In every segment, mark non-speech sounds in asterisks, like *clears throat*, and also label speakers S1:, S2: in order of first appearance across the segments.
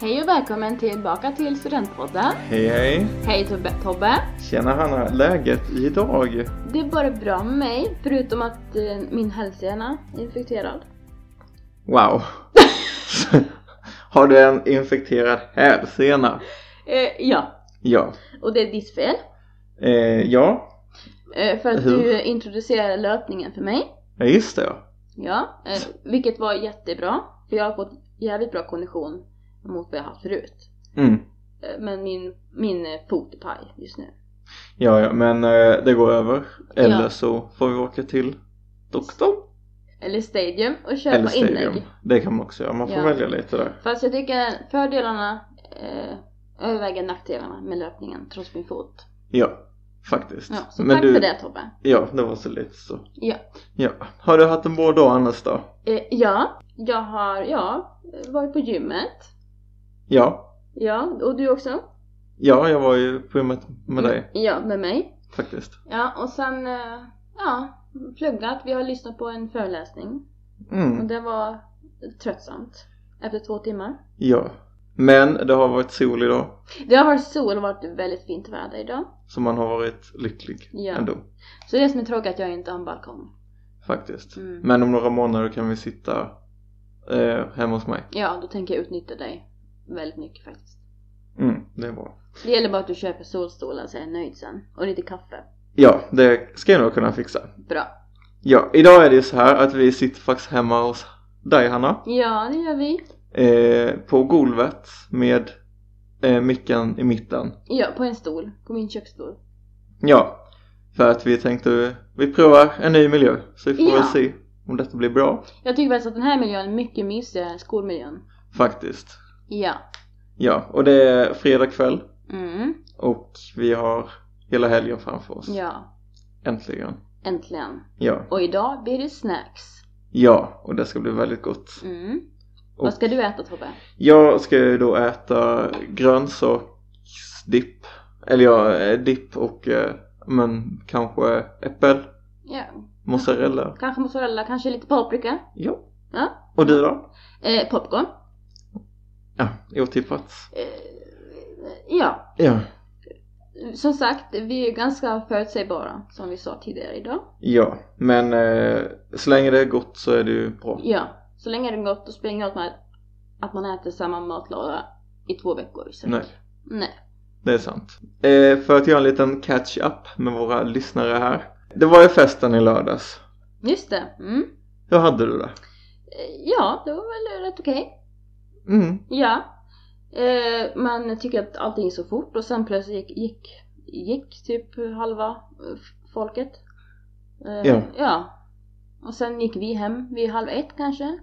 S1: Hej och välkommen tillbaka till Studentpodden.
S2: Hej hej!
S1: Hej Tobbe, Tobbe!
S2: Tjena Hanna! Läget idag?
S1: Det är bara bra med mig, förutom att eh, min hälsena är infekterad.
S2: Wow! *laughs* Har du en infekterad hälsena?
S1: Eh, ja,
S2: Ja.
S1: och det är ditt fel.
S2: Eh, ja,
S1: Eh, för att
S2: Hur?
S1: du introducerade löpningen för mig.
S2: Ja, just det. ja.
S1: Ja, eh, vilket var jättebra. För jag har fått jävligt bra kondition mot vad jag haft förut.
S2: Mm.
S1: Eh, men min, min eh, fot är paj just nu.
S2: Ja, ja, men eh, det går över. Eller
S1: Ja.
S2: så får vi åka till doktorn.
S1: Eller stadium och
S2: Eller
S1: köpa inlägg.
S2: Det kan man också göra. Man får
S1: Ja.
S2: välja lite där.
S1: Fast jag tycker fördelarna eh, överväger nackdelarna med löpningen trots min fot.
S2: Ja, faktiskt.
S1: Ja, så
S2: Men
S1: tack
S2: du-
S1: för det Tobbe.
S2: Ja, det var så lite så.
S1: Ja.
S2: Ja. Har du haft en bra dag annars då?
S1: Eh, ja, jag har ja, varit på gymmet.
S2: Ja.
S1: Ja, och du också?
S2: Ja, jag var ju på gymmet
S1: Mm.
S2: med dig
S1: Ja, med mig.
S2: faktiskt.
S1: Ja, och sen eh, ja, pluggat. Vi har lyssnat på en föreläsning
S2: Mm.
S1: och det var tröttsamt efter två timmar.
S2: Ja. Men det har varit sol idag.
S1: Det har varit sol och varit väldigt fint väder idag.
S2: Så man har varit lycklig
S1: Ja.
S2: ändå.
S1: Så det är som är tråkigt att jag inte har en balkong.
S2: Faktiskt.
S1: Mm.
S2: Men om några månader kan vi sitta eh, hemma hos mig.
S1: Ja, då tänker jag utnyttja dig väldigt mycket faktiskt.
S2: Mm, det är bra.
S1: Det gäller bara att du köper solstolar så jag är nöjd sen. Och lite kaffe.
S2: Ja, det ska jag nog kunna fixa.
S1: Bra.
S2: Ja, idag är det ju så här att vi sitter faktiskt hemma hos dig Hanna.
S1: Ja, det gör vi.
S2: Eh, på golvet med eh, micken i mitten.
S1: Ja, på en stol. På min köksstol.
S2: Ja, för att vi tänkte vi provar en ny miljö. Så vi får
S1: Ja.
S2: väl se om detta blir bra
S1: Jag tycker faktiskt att den här miljön är mycket mysigare än skolmiljön.
S2: faktiskt.
S1: Ja.
S2: Ja, och det är fredag kväll.
S1: Mm.
S2: Och vi har hela helgen framför oss.
S1: Ja.
S2: Äntligen.
S1: Äntligen.
S2: Ja.
S1: Och idag blir det snacks.
S2: Ja, och det ska bli väldigt gott.
S1: Mm.
S2: Och-
S1: Vad ska du äta Tobbe?
S2: Jag ska ju då äta grönsaksdipp. Eller ja, eh, dipp och eh, men kanske äppel,
S1: Ja.
S2: mozzarella.
S1: Kanske mozzarella, kanske lite paprika.
S2: Ja.
S1: Ja.
S2: Och du då?
S1: Eh, popcorn.
S2: Ja, otippat.
S1: Eh, ja.
S2: Ja.
S1: Som sagt, vi är ganska förutsägbara som vi sa tidigare idag.
S2: Ja, men eh, så länge det är gott så är det ju bra.
S1: Ja. Så länge det är gott, då spelar det ingen roll att man, att man äter samma matlåda i två veckor i sträck.
S2: Nej.
S1: Nej.
S2: Det är sant. Eh, för att göra en liten catch-up med våra lyssnare här. Det var ju festen i lördags.
S1: Just det. Mm.
S2: Hur hade du det?
S1: Eh, Ja, det var väl rätt okej.
S2: Mm,
S1: Ja. Eh, man tycker att allting gick så fort och sen plötsligt gick, gick, gick typ halva eh, f- folket. Eh,
S2: Ja.
S1: ja. Och sen gick vi hem vid halv ett kanske.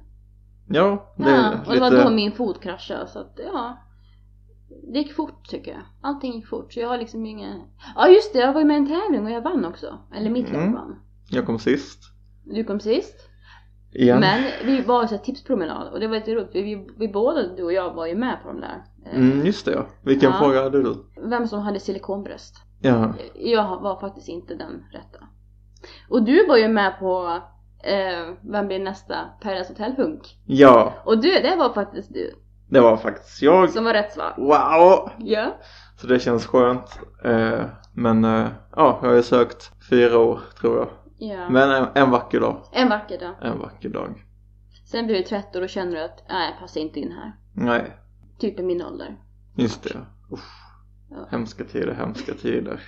S2: ja, det
S1: ja,
S2: är
S1: och det var
S2: lite...
S1: då min fot kraschade så att ja. Det gick fort tycker jag. Allting gick fort så jag har liksom ingen... Ja just det, jag var ju med i en tävling och jag vann också. Eller mitt lag
S2: Mm.
S1: vann.
S2: Jag kom sist.
S1: Du kom sist.
S2: Igen.
S1: Men vi var så här tipspromenad och det var lite roligt för vi, vi båda, du och jag, var ju med på de där. Eh,
S2: Mm, just det ja. Vilken
S1: Ja.
S2: fråga hade du?
S1: Vem som hade silikonbröst.
S2: Ja.
S1: Eh, Jag var faktiskt inte den rätta. Och du var ju med på eh, Vem blir nästa Paradise Hotel Hunk?
S2: ja,
S1: Och du, det var faktiskt du
S2: det var faktiskt jag.
S1: som var rätt svar.
S2: Wow!
S1: Ja.
S2: Så det känns skönt. Eh, men eh, ja, jag har ju sökt fyra år tror jag.
S1: ja.
S2: Men en, en vacker dag.
S1: En vacker dag.
S2: En vacker dag.
S1: Sen blir du 30 och då känner du att nej, jag passar inte in här.
S2: Nej,
S1: Typ i min ålder.
S2: just det. Uff.
S1: Ja.
S2: Hemska tider, hemska tider.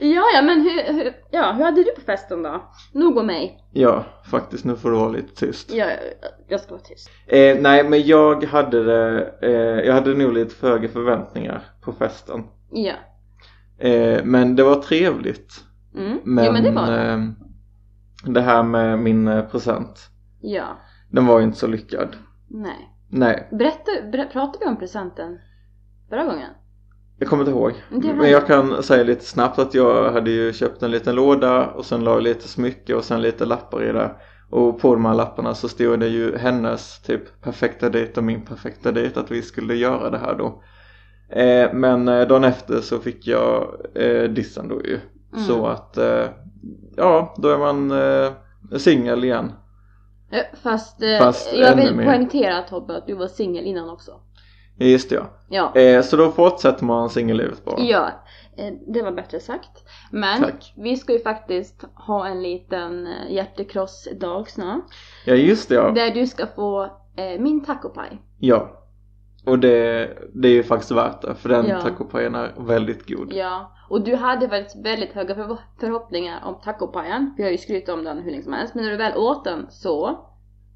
S1: Ja, ja, men hur, hur, ja, hur hade du på festen då? Nog om mig.
S2: Ja, faktiskt nu får du vara lite tyst.
S1: Ja, jag, jag ska vara tyst.
S2: Eh, nej, men jag hade det, eh, jag hade nog lite för höga förväntningar på festen.
S1: Ja.
S2: Eh, men det var trevligt.
S1: Mm.
S2: Men,
S1: ja, men det var det.
S2: ehm, det här med min eh, present,
S1: Ja,
S2: den var ju inte så lyckad.
S1: nej.
S2: Nej,
S1: Berätta, ber, pratade vi om presenten förra gången?
S2: jag kommer inte ihåg.
S1: Det var-
S2: Men jag kan säga lite snabbt att jag hade ju köpt en liten låda och sen la jag lite smycke och sen lite lappar i det. Och på de här lapparna så stod det ju hennes typ perfekta dejt och min perfekta dejt att vi skulle göra det här då. Eh, men eh, dagen efter så fick jag eh, dissen då ju.
S1: Mm.
S2: Så att, eh, ja, då är man eh, singel igen.
S1: Eh, Fast, eh,
S2: Fast
S1: jag vill
S2: ännu mer.
S1: poängtera Tobbe att du var singel innan också.
S2: Ja, Just det, ja.
S1: Ja.
S2: Eh, så då fortsätter man singellivet bara.
S1: Ja, eh, det var bättre sagt. Men
S2: Tack.
S1: vi ska ju faktiskt ha en liten eh, hjärtekrossdag snart.
S2: Ja, just det, ja.
S1: Där du ska få eh, min tacopaj.
S2: Ja. Och det, det är ju faktiskt värt det, för den
S1: Ja.
S2: tacopajen är väldigt god.
S1: Ja, och du hade väldigt, väldigt höga förvo- förhoppningar om tacopajen. Vi har ju skrytit om den hur länge som helst, men när du väl åt den så...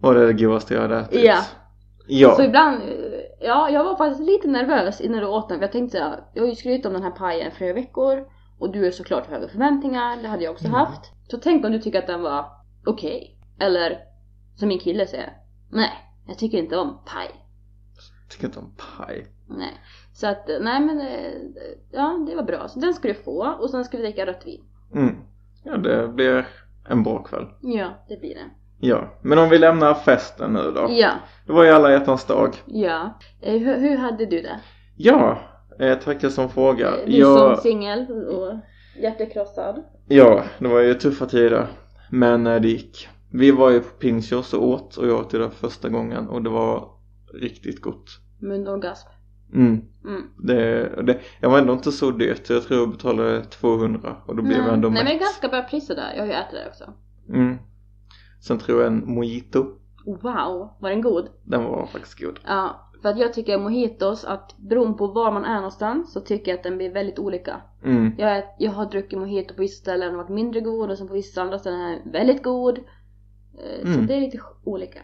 S2: Och det är det godaste jag hade ätit.
S1: Ja.
S2: Ja,
S1: Så ibland, eh, ja, jag var faktiskt lite nervös innan du åt den för jag tänkte såhär, jag har ju skrytit om den här pajen i flera veckor och du är såklart höga förväntningar, det hade jag också
S2: Mm.
S1: haft. Så tänk om du tycker att den var okej, eller som min kille säger, nej, jag tycker inte om paj.
S2: jag tycker inte om paj.
S1: Nej. Så att, eh, nej men, eh, ja det var bra. Så den ska du få och sen ska vi dricka rött vin.
S2: Mm. Ja, det blir en bra kväll.
S1: Ja, det blir det.
S2: Ja, men om vi lämnar festen nu då.
S1: Ja,
S2: Det var ju alla hjärtans dag.
S1: ja. Eh, Hur, hur hade du det?
S2: Ja, eh, tackar som frågar.
S1: Eh, Du
S2: Jag,
S1: som singel och hjärtekrossad.
S2: ja, det var ju tuffa tider. Men eh, det gick. Vi var ju på Pinchos och åt och jag åt ju det första gången och det var riktigt gott.
S1: Munorgasm.
S2: Mm.
S1: Mm.
S2: Det, det, jag var ändå inte så dyrt, jag tror jag betalade 200 och då blev jag ändå
S1: Mm. Nej men
S2: mätt.
S1: det är ganska bra priser där, jag har ju ätit det också.
S2: mm. Sen tror jag en mojito,
S1: Wow, var den god?
S2: den var faktiskt god.
S1: Ja, för att jag tycker mojitos, att beroende på var man är någonstans så tycker jag att den blir väldigt olika.
S2: Mm.
S1: Jag, ät- jag har druckit mojito på vissa ställen, den har varit mindre god och sen på vissa andra ställen är den väldigt god. Eh, Så
S2: Mm.
S1: det är lite sk- olika.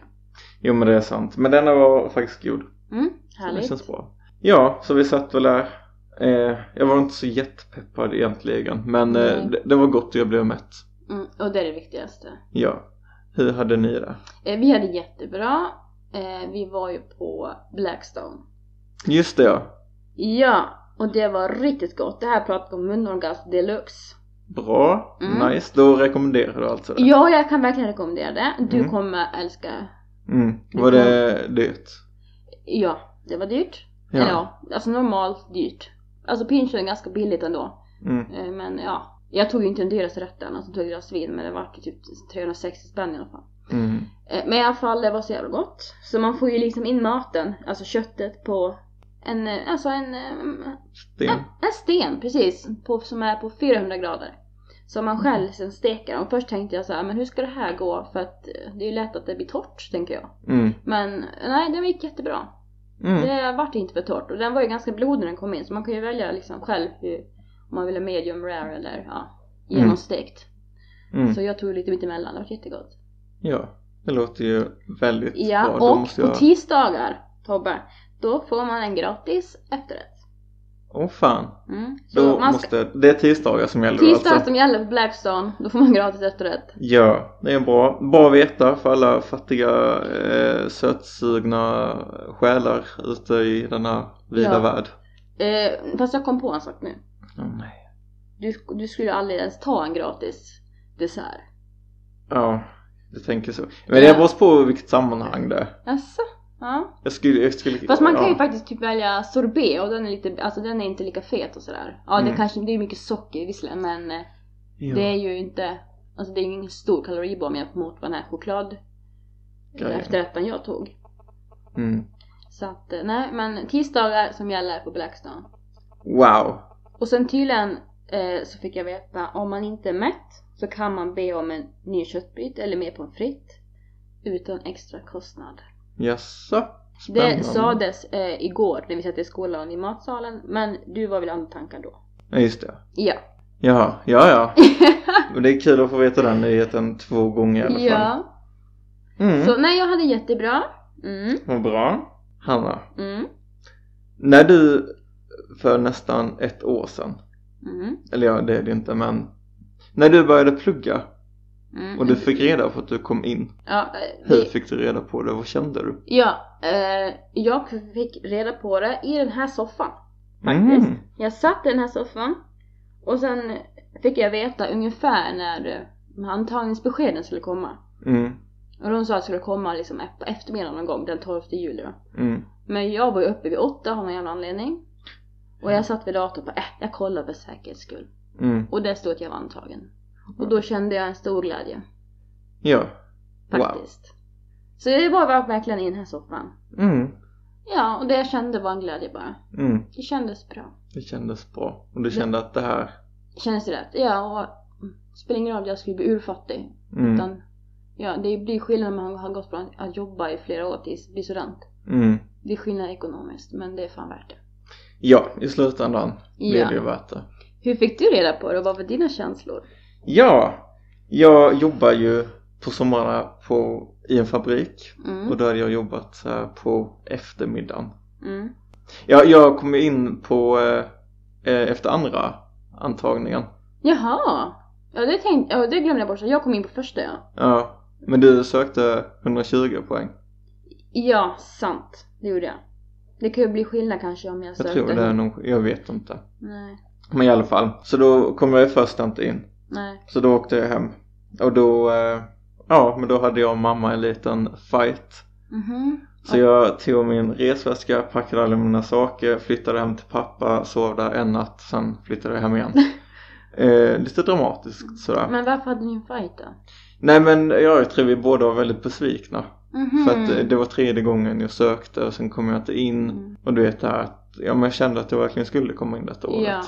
S2: Jo men det är sant, men denna var faktiskt god.
S1: Mm,
S2: Så det
S1: härligt.
S2: känns bra. Ja, så vi satt väl där. Eh, jag var inte så jättepeppad egentligen, men eh,
S1: Nej.
S2: det, det var gott och jag blev mätt.
S1: Mm, och det är det viktigaste.
S2: Ja. Hur hade ni det?
S1: Eh, Vi hade jättebra. Eh, Vi var ju på Blackstone.
S2: Just det ja.
S1: Ja, och det var riktigt gott. Det här pratade om munorgasm deluxe.
S2: Bra,
S1: Mm.
S2: nice. Då rekommenderar du alltså det?
S1: Ja, jag kan verkligen rekommendera det. Du
S2: Mm.
S1: kommer älska.
S2: Mm. Var det dyrt?
S1: Ja, det var dyrt. Ja. Eller ja, alltså normalt dyrt. Alltså pincho är ganska billigt ändå.
S2: Mm.
S1: Eh, Men ja, jag tog ju inte den dyraste rätten, alltså tog jag deras vin, men det var ju typ 360 spänn i alla fall.
S2: Mm.
S1: Eh, Men i alla fall, det var så jävla gott. Så man får ju liksom in maten, alltså köttet på en, eh, alltså en, eh,
S2: Sten.
S1: En sten, precis. På, som är på 400 grader. Som man själv sen steker. Och först tänkte jag så här, men hur ska det här gå? För att eh, det är ju lätt att det blir torrt, tänker jag.
S2: Mm.
S1: Men eh, nej, den gick jättebra.
S2: Mm.
S1: Det vart inte för torrt. Och den var ju ganska blodig när den kom in. Så man kan ju välja liksom själv hur, om man vill ha medium rare eller ja,
S2: Mm.
S1: genomstekt.
S2: Mm.
S1: Så jag tog lite mittemellan, det vart jättegott.
S2: Ja, det låter ju väldigt
S1: Ja,
S2: bra. Då
S1: och
S2: måste jag...
S1: på tisdagar, Tobbe, då får man en gratis efterrätt.
S2: Åh fan.
S1: Mm. Så
S2: Då
S1: man ska,
S2: måste... Det är tisdagar som gäller då
S1: tisdagar
S2: alltså.
S1: som gäller på Blackstone, då får man gratis efterrätt.
S2: Ja, det är bra. Bra att veta för alla fattiga eh, sötsugna själar ute i denna vida
S1: Ja.
S2: värld. Mm.
S1: Eh, fast jag kom på en sak nu.
S2: Åh, nej.
S1: Du, du skulle aldrig ens ta en gratis dessert.
S2: Ja, du tänker så. Men det
S1: Ja.
S2: beror på vilket sammanhang det är.
S1: Jaså? Ja.
S2: Jag skulle, jag skulle...
S1: Fast man kan
S2: ja.
S1: ju faktiskt typ välja sorbet och den är lite, alltså den är inte lika fet och sådär. Ja
S2: Mm.
S1: det kanske, det är mycket socker visserligen men eh,
S2: Ja.
S1: det är ju inte, alltså det är ingen stor kaloribomb jämfört mot vad den här choklad
S2: Grejen.
S1: efterrätten jag tog.
S2: Mm.
S1: Så att eh, nej men tisdagar som gäller på Blackstone.
S2: Wow.
S1: Och sen tydligen eh, så fick jag veta om man inte är mätt så kan man be om en ny köttbit eller mer pommes frites utan extra kostnad.
S2: Jaså? Spännande.
S1: Det sades eh, igår när vi satt i skolan i matsalen men du var väl andra tankar då?
S2: Ja, just det.
S1: Ja.
S2: Ja, ja, ja. Men det är kul att få veta den nyheten två gånger i alla fall.
S1: ja.
S2: Mm.
S1: Så nej jag hade jättebra. Mm.
S2: Vad bra. Hanna,
S1: Mm.
S2: när du för nästan ett år sedan,
S1: Mm.
S2: eller ja det är det inte men, när du började plugga
S1: Mm.
S2: och du fick reda på att du kom in,
S1: Ja, eh,
S2: hur
S1: vi,
S2: fick du reda på det? Vad kände du?
S1: ja eh, jag fick reda på det i den här soffan. Faktiskt.
S2: Mm.
S1: Jag satt i den här soffan och sen fick jag veta ungefär när eh, antagningsbeskeden skulle komma.
S2: Mm.
S1: Och de sa att det skulle komma liksom på eftermiddagen någon gång, den 12 juli då.
S2: Mm.
S1: Men jag var ju uppe vid åtta av någon jävla anledning. Och jag satt vid datorn och bara, äh, jag kollar för säkerhets skull.
S2: Mm.
S1: Och där stod att jag var antagen. Och då kände jag en stor glädje,
S2: Ja. Wow.
S1: faktiskt. Så jag var verkligen i den här soffan.
S2: Mm,
S1: Ja, och det jag kände var en glädje bara.
S2: mm.
S1: Det kändes bra.
S2: Det kändes bra. Och du kände att det här...
S1: Det kändes rätt. Ja, och mm, spelar ingen roll om jag skulle bli urfattig.
S2: Mm,
S1: Utan, ja, det blir skillnad om man har gått från att jobba i flera år tills det blir student.
S2: mm.
S1: Det är skillnad ekonomiskt, men det är fan värt det.
S2: Ja, i slutändan blev
S1: Ja.
S2: det ju värt det.
S1: Hur fick du reda på det och vad var dina känslor?
S2: Ja, jag jobbar ju på somrarna på, i en fabrik
S1: Mm.
S2: och då hade jag jobbat så här på eftermiddagen.
S1: Mm.
S2: Ja, jag kom in på eh, eh, efter andra antagningen.
S1: Jaha! Ja det, tänkte, ja, det glömde jag bort. Så jag kom in på första ja.
S2: Ja, men du sökte 120 poäng.
S1: Ja, sant. Det gjorde jag. Det kan ju bli skillnad kanske om jag
S2: Jag
S1: sökte.
S2: tror det är någon, jag vet inte.
S1: Nej,
S2: Men i alla fall, så då kom jag först inte in.
S1: nej.
S2: Så då åkte jag hem. Och då, eh, ja men då hade jag och mamma en liten fight.
S1: Mhm.
S2: Så jag tog min resväska, packade alla mina saker, flyttade hem till pappa, sov där en natt, sen flyttade jag
S1: *laughs*
S2: hem igen. Eh, lite dramatiskt sådär.
S1: Men varför hade ni en fight då?
S2: Nej men jag tror vi båda var väldigt besvikna.
S1: Mhm.
S2: För att eh, det var tredje gången jag sökte och sen kom jag inte in.
S1: Mm.
S2: Och du vet det här att ja, men jag kände att jag verkligen skulle komma in detta året.
S1: Ja.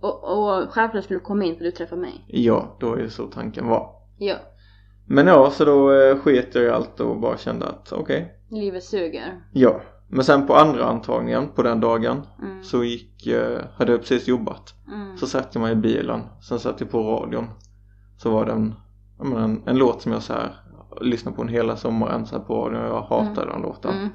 S1: Och, och självklart skulle du komma in för du träffade mig.
S2: ja då är det så tanken var.
S1: Ja.
S2: Men ja, så då eh, sket jag i allt och bara kände att okej,
S1: Livet suger.
S2: ja. Men sen på andra antagningen på den dagen
S1: Mm.
S2: så gick, eh, hade jag precis jobbat.
S1: Mm.
S2: Så satt jag mig i bilen, sen satt jag på radion. Så var det en, jag menar, en, en låt som jag så här, lyssnade på den hela sommaren så här på radion och jag hatade den låten.
S1: Mm.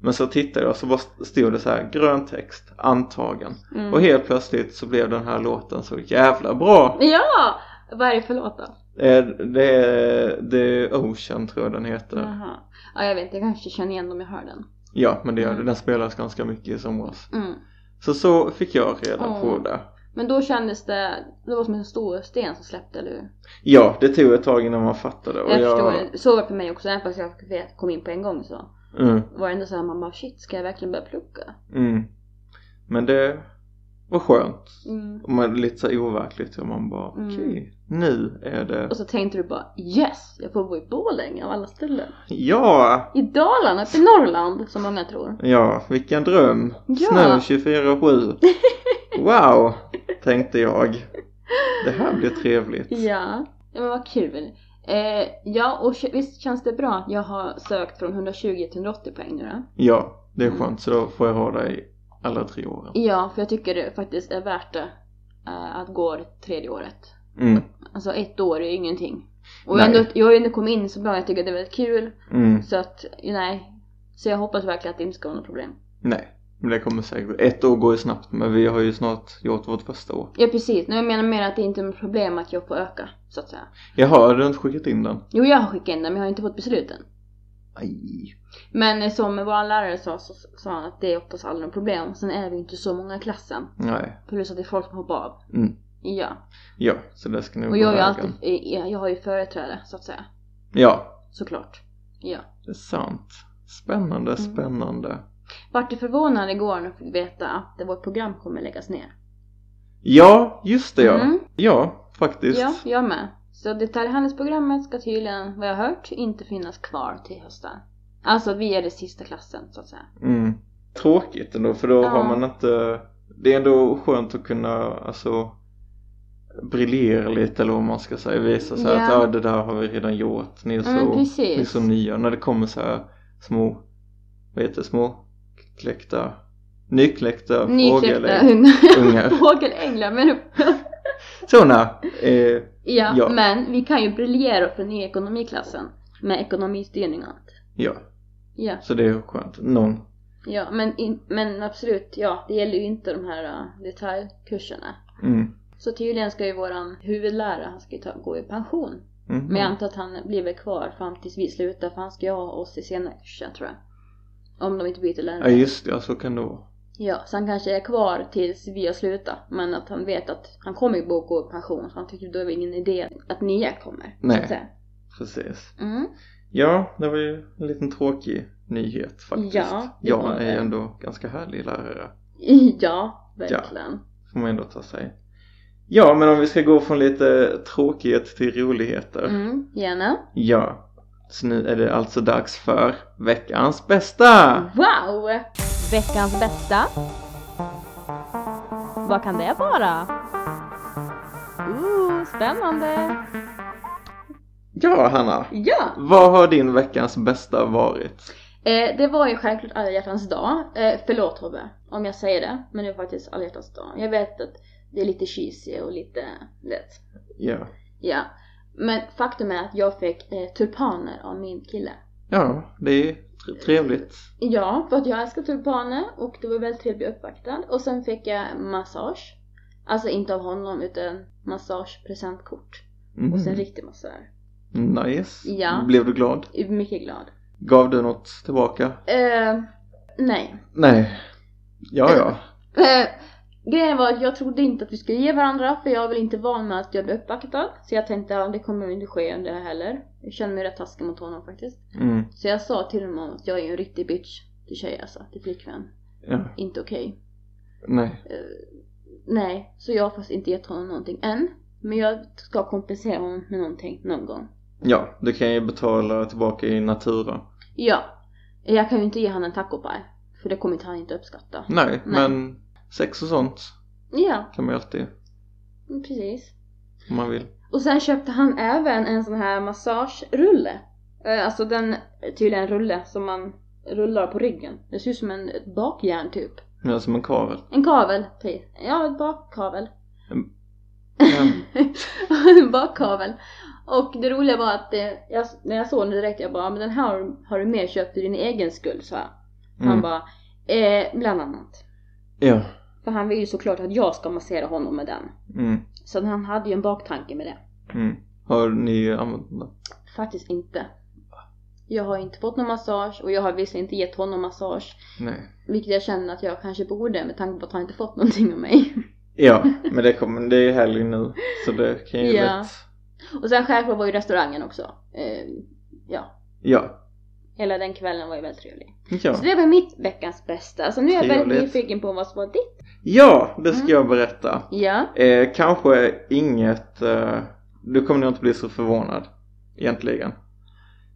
S2: Men så tittade jag så bara stod det så här grön text, antagen.
S1: Mm.
S2: Och helt plötsligt så blev den här låten så jävla bra!
S1: Ja! Vad är det för låt då?
S2: Eh, Det är, det är Ocean tror jag den heter.
S1: Jaha. Ja, jag vet inte. Jag kanske känner igen om jag hör den.
S2: Ja, men det gör det.
S1: Mm.
S2: Den spelas ganska mycket i somras.
S1: Mm.
S2: Så så fick jag reda
S1: Åh.
S2: på det.
S1: Men då kändes det, det var som en stor sten som släppte, eller hur?
S2: Ja, det tog ett tag innan man fattade. Och
S1: Jag, förstår
S2: jag,
S1: det. Så var det för mig också, även fast jag vet- kom in på en gång så
S2: Mm,
S1: var det ändå såhär, man bara shit, ska jag verkligen börja plugga?
S2: mm. Men det var skönt.
S1: Mm.
S2: Och man, lite så här overkligt. Och man bara
S1: Mm.
S2: okej, nu är det...
S1: Och så tänkte du bara yes, jag får bo i Borlänge av alla ställen.
S2: Ja!
S1: I Dalarna, uppe i Norrland, som många tror.
S2: Ja, vilken dröm!
S1: Ja.
S2: Snö 24-7! Wow! Tänkte jag. Det här blir trevligt.
S1: Ja, ja men vad kul. Eh, ja, och k- visst känns det bra att jag har sökt från 120 till 180 poäng nu då?
S2: Ja, det är
S1: Mm.
S2: skönt. Så då får jag ha dig alla tre åren.
S1: Ja, för jag tycker det faktiskt är värt det eh, att gå det tredje året.
S2: Mm,
S1: Alltså ett år är ingenting. Och
S2: Nej.
S1: ändå, jag har ju ändå kommit in så bra, jag tycker det är väldigt kul.
S2: mm.
S1: Så att, nej. Så jag hoppas verkligen att det inte ska vara något problem.
S2: Nej, men det kommer säkert gå. Ett år går ju snabbt, men vi har ju snart gjort vårt första år.
S1: Ja precis, men jag menar mer att det inte är något problem att jag får öka, så att säga.
S2: Jaha, har du inte skickat in den?
S1: Jo jag har skickat in den, men jag har inte fått besluten.
S2: Aj.
S1: Men eh, som vår lärare sa, så sa han att det är oftast aldrig något problem. Sen är vi ju inte så många i klassen.
S2: Nej.
S1: Plus att det är folk som hoppar av.
S2: Mm.
S1: Ja.
S2: Ja, så det ska nog
S1: Och jag, är ju
S2: vägen.
S1: alltid, eh, ja, jag har ju företräde, så att säga.
S2: Ja,
S1: Såklart. Ja.
S2: det är sant. Spännande,
S1: Mm.
S2: spännande.
S1: Vart du förvånad igår när du fick veta att vårt program kommer läggas ner?
S2: Ja, just det ja.
S1: Mm.
S2: Ja, faktiskt.
S1: Ja, jag med. Så detaljhandelsprogrammet ska tydligen, vad jag har hört, inte finnas kvar till hösten. Alltså vi är den sista klassen så att säga.
S2: Mm. Tråkigt ändå för då
S1: Ja.
S2: har man inte Det är ändå skönt att kunna alltså briljera lite eller vad man ska säga visa så här
S1: Ja.
S2: att ja det där har vi redan gjort ni är så, liksom
S1: Ja, men
S2: ni är
S1: precis.
S2: så nya när det kommer så här små vad heter det, små kläckta nykläckta
S1: Nykläckta
S2: frågor
S1: *laughs*
S2: Ungar.
S1: ungar. Fågelänglar. Men, *laughs*
S2: sådana eh,
S1: ja,
S2: Ja.
S1: men vi kan ju briljera för nya ekonomiklassen. Med ekonomistyrning och allt.
S2: ja
S1: Ja,
S2: så det är skönt någon
S1: ja men, in, men absolut, ja det gäller ju inte de här uh, detaljkurserna.
S2: mm.
S1: Så tydligen ska ju våran huvudlärare, han ska ju ta, gå i pension.
S2: Mhm.
S1: Men jag antar att han blir väl kvar fram tills vi slutar för han ska ju ha oss i senare kursen tror jag. Om de inte byter
S2: ja
S1: lärare.
S2: just det ja, så kan det vara
S1: Ja, så han kanske är kvar tills vi har slutat. Men att han vet att han kommer ju gå gå i pension så han tycker då är det ingen idé att nya kommer. Så
S2: Nej.
S1: att säga.
S2: precis
S1: Mm. *laughs*
S2: Ja, det var ju en liten tråkig nyhet faktiskt.
S1: Ja, det var
S2: Jag
S1: det.
S2: är ju ändå ganska härlig lärare.
S1: Ja, verkligen.
S2: Får man ändå ta sig. Ja, men om vi ska gå från lite tråkighet till roligheter.
S1: Mm, gärna.
S2: Ja. Så nu är det alltså dags för veckans bästa!
S1: Wow!
S3: Veckans bästa? Vad kan det vara? Ooh, spännande!
S2: Ja, Hanna!
S1: Ja!
S2: Vad har din veckans bästa varit?
S1: Eh, det var ju självklart alla hjärtans dag. Eh, förlåt Robbe om jag säger det, men det var faktiskt alla hjärtans dag. Jag vet att det är lite cheesy och lite lätt.
S2: Ja.
S1: Ja. Men faktum är att jag fick eh, tulpaner av min kille.
S2: Ja, det är tr- trevligt.
S1: Ja, för att jag älskar tulpaner och det var väldigt trevligt att bli uppvaktad. Och sen fick jag massage. Alltså inte av honom utan massagepresentkort.
S2: Mm.
S1: Och sen riktig massör.
S2: Nice.
S1: Ja.
S2: Blev du glad?
S1: Mycket glad.
S2: Gav du något tillbaka?
S1: Eh, nej.
S2: Nej. Ja, ja.
S1: Eh, grejen var att jag trodde inte att vi skulle ge varandra för jag var väl inte van med att jag blev uppvaktad. Så jag tänkte att det kommer inte ske det här heller. Jag kände mig rätt taskig mot honom faktiskt.
S2: Mm.
S1: Så jag sa till honom att jag är ju en riktig bitch till tjej alltså, till flickvän.
S2: ja.
S1: Inte okej.
S2: Nej.
S1: Nej, så jag har faktiskt inte gett honom någonting än. Men jag ska kompensera honom med någonting någon gång.
S2: Ja, du kan ju betala tillbaka i natura.
S1: Ja. Jag kan ju inte ge honom en tacopaj. För det kommer inte han inte uppskatta.
S2: Nej,
S1: Nej.
S2: men sex och sånt
S1: Ja,
S2: kan man ju alltid
S1: precis.
S2: om man vill.
S1: Och sen köpte han även en sån här massagerulle. Eh, Alltså den tydligen en rulle som man rullar på ryggen. Det ser ut som en, ett bakjärn typ.
S2: Men som en kavel.
S1: En kavel, typ. Ja, ett bakkavel.
S2: Mm. Ja.
S1: *laughs* en bakkavel. Och det roliga var att eh, jag, när jag såg den direkt, jag bara "Ah, men den här har du- har du mer köpt för din egen skull, sa jag. *clears throat* Han
S2: Mm.
S1: bara eh, bland annat.
S2: Ja.
S1: För han vill ju såklart att jag ska massera honom med den.
S2: Mm.
S1: Så han hade ju en baktanke med det.
S2: Mm. Har ni använt den?
S1: Faktiskt inte. Jag har inte fått någon massage och jag har visst inte gett honom massage.
S2: Nej.
S1: Vilket jag känner att jag kanske borde med tanke på att han inte fått någonting av mig. *laughs*
S2: Ja, men det kommer, det är ju helg nu. Så det kan ju
S1: Ja.
S2: lätt.
S1: Och sen självklart var ju restaurangen också. Eh, ja.
S2: Ja.
S1: Hela den kvällen var ju väldigt trevlig.
S2: Ja.
S1: Så det var mitt veckans bästa. Så nu är jag väldigt
S2: Trevligt.
S1: nyfiken på vad som var ditt.
S2: Ja, det ska
S1: Mm.
S2: jag berätta.
S1: Ja.
S2: Eh, kanske inget, eh, du kommer nog inte bli så förvånad egentligen.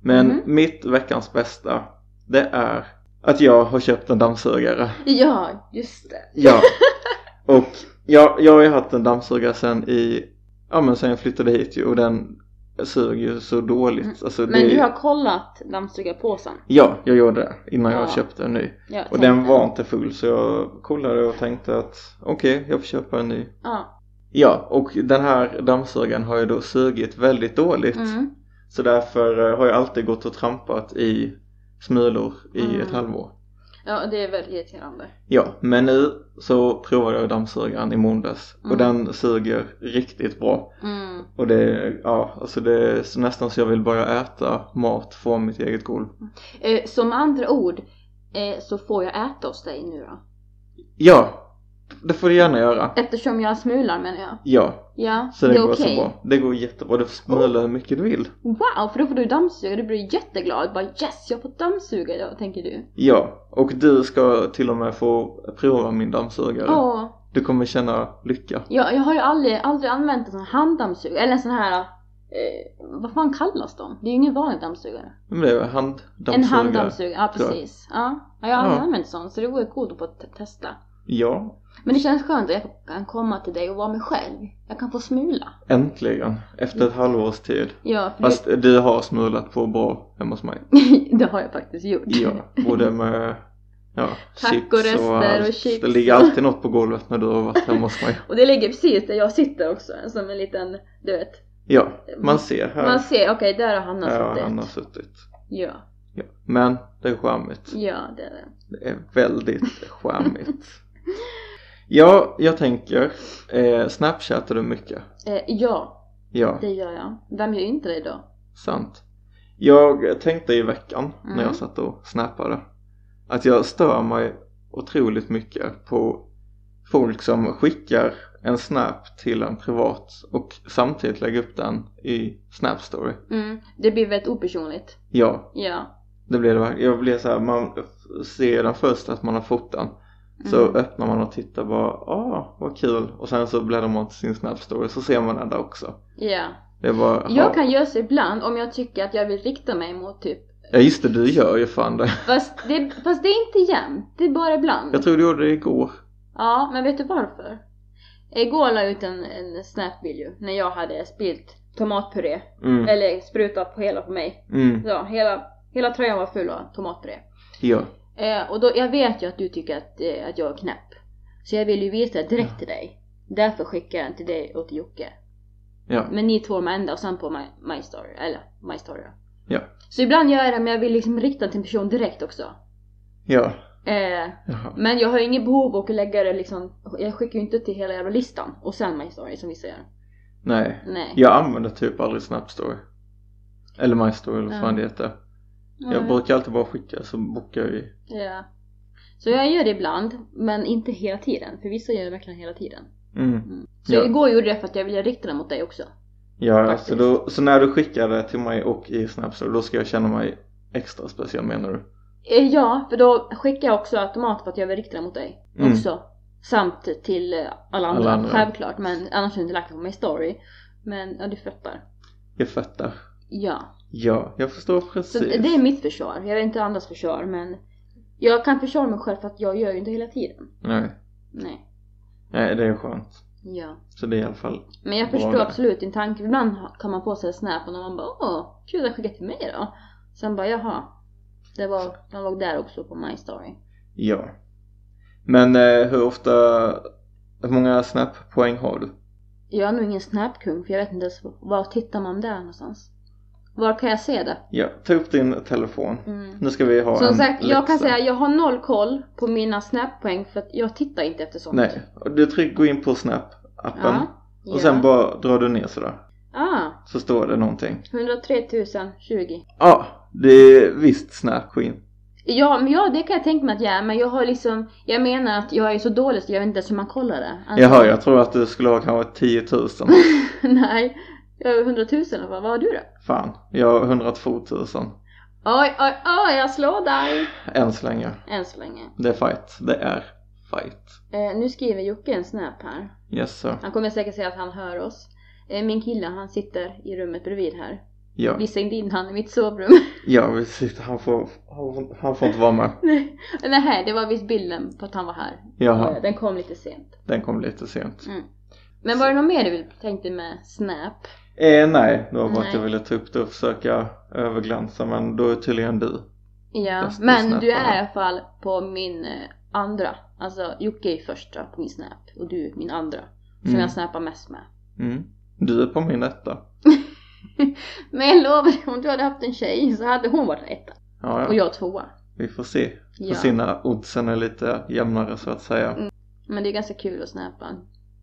S2: Men
S1: Mhm.
S2: mitt veckans bästa, det är att jag har köpt en dammsugare.
S1: Ja, just det.
S2: Ja.
S1: *laughs*
S2: Och jag, jag har ju haft en dammsugare sen i, ja men sen jag flyttade hit ju och den sög ju så dåligt.
S1: Mm.
S2: Alltså, det,
S1: Men du har kollat dammsugarpåsen?
S2: Ja, jag gjorde det innan
S1: Ja.
S2: jag köpte en ny.
S1: Ja,
S2: Och den var inte full så jag kollade och tänkte att okej, jag får köpa en ny.
S1: Ja.
S2: Ja, och den här dammsugaren har ju då sugit väldigt dåligt.
S1: Mm.
S2: Så därför eh, har jag alltid gått och trampat i smulor i
S1: Mm.
S2: ett halvår.
S1: Ja, det är väldigt irriterande.
S2: Ja, men nu så provade jag dammsugaren i måndags och
S1: Mm.
S2: den suger riktigt bra.
S1: Mm.
S2: Och det, ja, alltså det är så nästan så jag vill börja äta mat från mitt eget golv.
S1: Eh, så med andra ord eh, så får jag äta hos dig nu då?
S2: Ja, det får du gärna göra.
S1: Eftersom jag smular menar jag.
S2: Ja,
S1: Ja,
S2: så det,
S1: det är
S2: går
S1: okej.
S2: så bra. Det går jättebra. Du får smula hur mycket du vill.
S1: Wow, för då får du dammsuga, du blir jätteglad. Bara yes, jag får dammsuga idag, tänker du.
S2: Ja, och du ska till och med få prova min dammsugare.
S1: Åh,
S2: Du kommer känna lycka.
S1: jag, jag har ju aldrig, aldrig använt en sån handdammsugare, eller en sån här, eh, vad fan kallas de? Det är ju ingen vanlig dammsugare.
S2: Men det är väl handdammsugare?
S1: En handdammsugare, ja
S2: tror jag.
S1: precis. Ja, ja, jag har aldrig
S2: Ja.
S1: använt sån, så det vore coolt att få te- testa.
S2: Ja,
S1: Men det känns skönt att jag kan komma till dig och vara mig själv. Jag kan få smula.
S2: äntligen. Efter ett halvårs tid.
S1: Ja, för
S2: Fast du har smulat på bra hemma hos mig.
S1: *laughs* det, det har jag faktiskt gjort.
S2: Ja, både med ja,
S1: Tacorester och
S2: allt.
S1: chips.
S2: Det ligger alltid något på golvet när du har varit hemma hos mig.
S1: Och det ligger precis där jag sitter också, som en liten, du vet.
S2: Ja, man ser här.
S1: Man ser, okej där har Hanna
S2: ja,
S1: suttit.
S2: han har suttit.
S1: Ja,
S2: Ja. Men det är charmigt.
S1: ja det är det.
S2: Det är
S1: *laughs*
S2: väldigt charmigt. Ja, jag tänker, eh, snapchatar du mycket?
S1: Eh, ja,
S2: Ja,
S1: det gör jag. Vem gör inte det då?
S2: sant. Jag tänkte i veckan när
S1: Mm.
S2: jag satt och snappade att jag stör mig otroligt mycket på folk som skickar en snap till en privat och samtidigt lägger upp den i snap story.
S1: Mm, det blir väldigt opersonligt.
S2: Ja,
S1: Ja.
S2: det blir det verkligen. Jag blir så här, man ser den först att man har fått den.
S1: Mm.
S2: Så eh, öppnar man och tittar bara, ah vad kul och sen så bläddrar man till sin snap story så ser man den där också.
S1: Ja.
S2: Det var,
S1: Jag kan gösa ibland om jag tycker att jag vill rikta mig mot typ
S2: Ja just det, du gör ju fan det.
S1: Fast det, fast det är inte jämnt, det är bara ibland.
S2: Jag tror du gjorde det igår.
S1: Ja, men vet du varför? Igår la jag ut en, en snapvideo när jag hade spilt tomatpuré,
S2: Mm.
S1: eller sprutat på hela på mig.
S2: Mm.
S1: Ja, hela, hela tröjan var full av tomatpuré.
S2: Ja.
S1: Eh, och då, jag vet ju att du tycker att, eh, att jag är knäpp. Så jag vill ju veta direkt till dig. Därför skickar jag den till dig och till Jocke.
S2: Ja.
S1: Men ni två är de enda och sen på my, my story, eller my story då.
S2: Ja.
S1: Så ibland gör jag det men jag vill liksom rikta den till en person direkt också.
S2: Ja.
S1: Eh,
S2: Jaha.
S1: men jag har ju inget behov av att lägga det liksom, jag skickar ju inte till hela jävla listan och sen my story som vissa gör.
S2: Nej.
S1: Nej.
S2: Jag använder typ aldrig Snapstory. Eller MyStory eller vad fan
S1: Ja.
S2: det heter. Jag brukar alltid bara skicka så bokar jag ju.
S1: Ja. Så jag gör det ibland, men inte hela tiden. För vissa gör det verkligen hela tiden.
S2: Mm.
S1: Så
S2: Ja.
S1: igår gjorde jag det för att jag ville rikta den mot dig också.
S2: Ja,
S1: Faktiskt.
S2: så, då, så när du skickar det till mig och i Snapstory då ska jag känna mig extra speciell menar du?
S1: Eh, Ja, för då skickar jag också automat för att jag vill rikta den mot dig
S2: Mm.
S1: också. Samt till eh, alla andra,
S2: Alla andra.
S1: självklart. Men annars hade jag inte lagt det på min story. Men ja, du fattar.
S2: Jag fattar.
S1: Ja.
S2: Ja, jag förstår
S1: Så
S2: precis.
S1: det är mitt försvar. Jag vet inte andras försvar men jag kan försvara mig själv för att jag gör ju inte hela tiden.
S2: Nej.
S1: Nej.
S2: Nej, det är skönt.
S1: Ja.
S2: Så det är i alla fall.
S1: Men jag
S2: Bra
S1: förstår
S2: där.
S1: absolut din tanke. Ibland ha- kan man få sig en snap och när man bara åh, kul att skicka till mig då. Sen bara jaha. Det var, den låg där också på my story.
S2: Ja. Men eh, hur ofta, hur många snap-poäng har du?
S1: Jag är nog ingen snapkung för jag vet inte ens var tittar man där någonstans. Var kan jag se det?
S2: Ja, ta upp din telefon.
S1: Mm.
S2: Nu ska vi ha en
S1: Som sagt, jag kan
S2: läxa.
S1: säga jag har noll koll på mina snappoäng för att jag tittar inte efter sånt.
S2: Nej, och du tryck, gå in på snap-appen
S1: Ja.
S2: och sen bara drar du ner sådär.
S1: Ah,
S2: Så står det någonting.
S1: 103 020.
S2: Ja, det är visst snap in.
S1: Ja, men ja, det kan jag tänka mig att jag är, men jag har liksom, jag menar att jag är så dålig så jag vet inte ens hur man kollar det. Alltså-
S2: Jaha, jag tror att du skulle ha kanske 10 000.
S1: *laughs* Nej, jag är 100 000 i alla fall. Vad har du då?
S2: Fan, jag har 102 000.
S1: Oj, oj, oj, jag slår dig!
S2: Än så länge.
S1: Än så länge.
S2: Det är fight. Det är fight.
S1: Eh, nu skriver Jocke en snap här.
S2: Yes sir.
S1: Han kommer säkert säga att han hör oss. Eh, Min kille han sitter i rummet bredvid här.
S2: Ja,
S1: Vi stängde in han i mitt sovrum. *laughs*
S2: ja vi sitter, han, får, han, får- han får inte vara med.
S1: Nej, nej, det var visst bilden på att han var här. *laughs*
S2: Jaha,
S1: Eh, Den kom lite sent.
S2: den kom lite sent.
S1: Mm. Men var det något mer du tänkte med snap?
S2: Eh, nej, det var bara att jag
S1: Nej.
S2: ville ta upp det och försöka överglansa men då är tydligen du.
S1: Ja,
S2: Bästa
S1: men du
S2: snappen.
S1: är i alla fall på min eh, andra. Alltså Jocke är första på min snap och du är min andra. Som
S2: Mm.
S1: jag snappar mest med.
S2: Mm. Du är på min etta.
S1: Men jag lovar dig, om du hade haft en tjej så hade hon varit etta
S2: Ja,
S1: och
S2: ja.
S1: jag tvåa.
S2: vi får se. För
S1: Ja. Mm.
S2: sina oddsen är lite jämnare så att säga.
S1: Men det är ganska kul att snappa.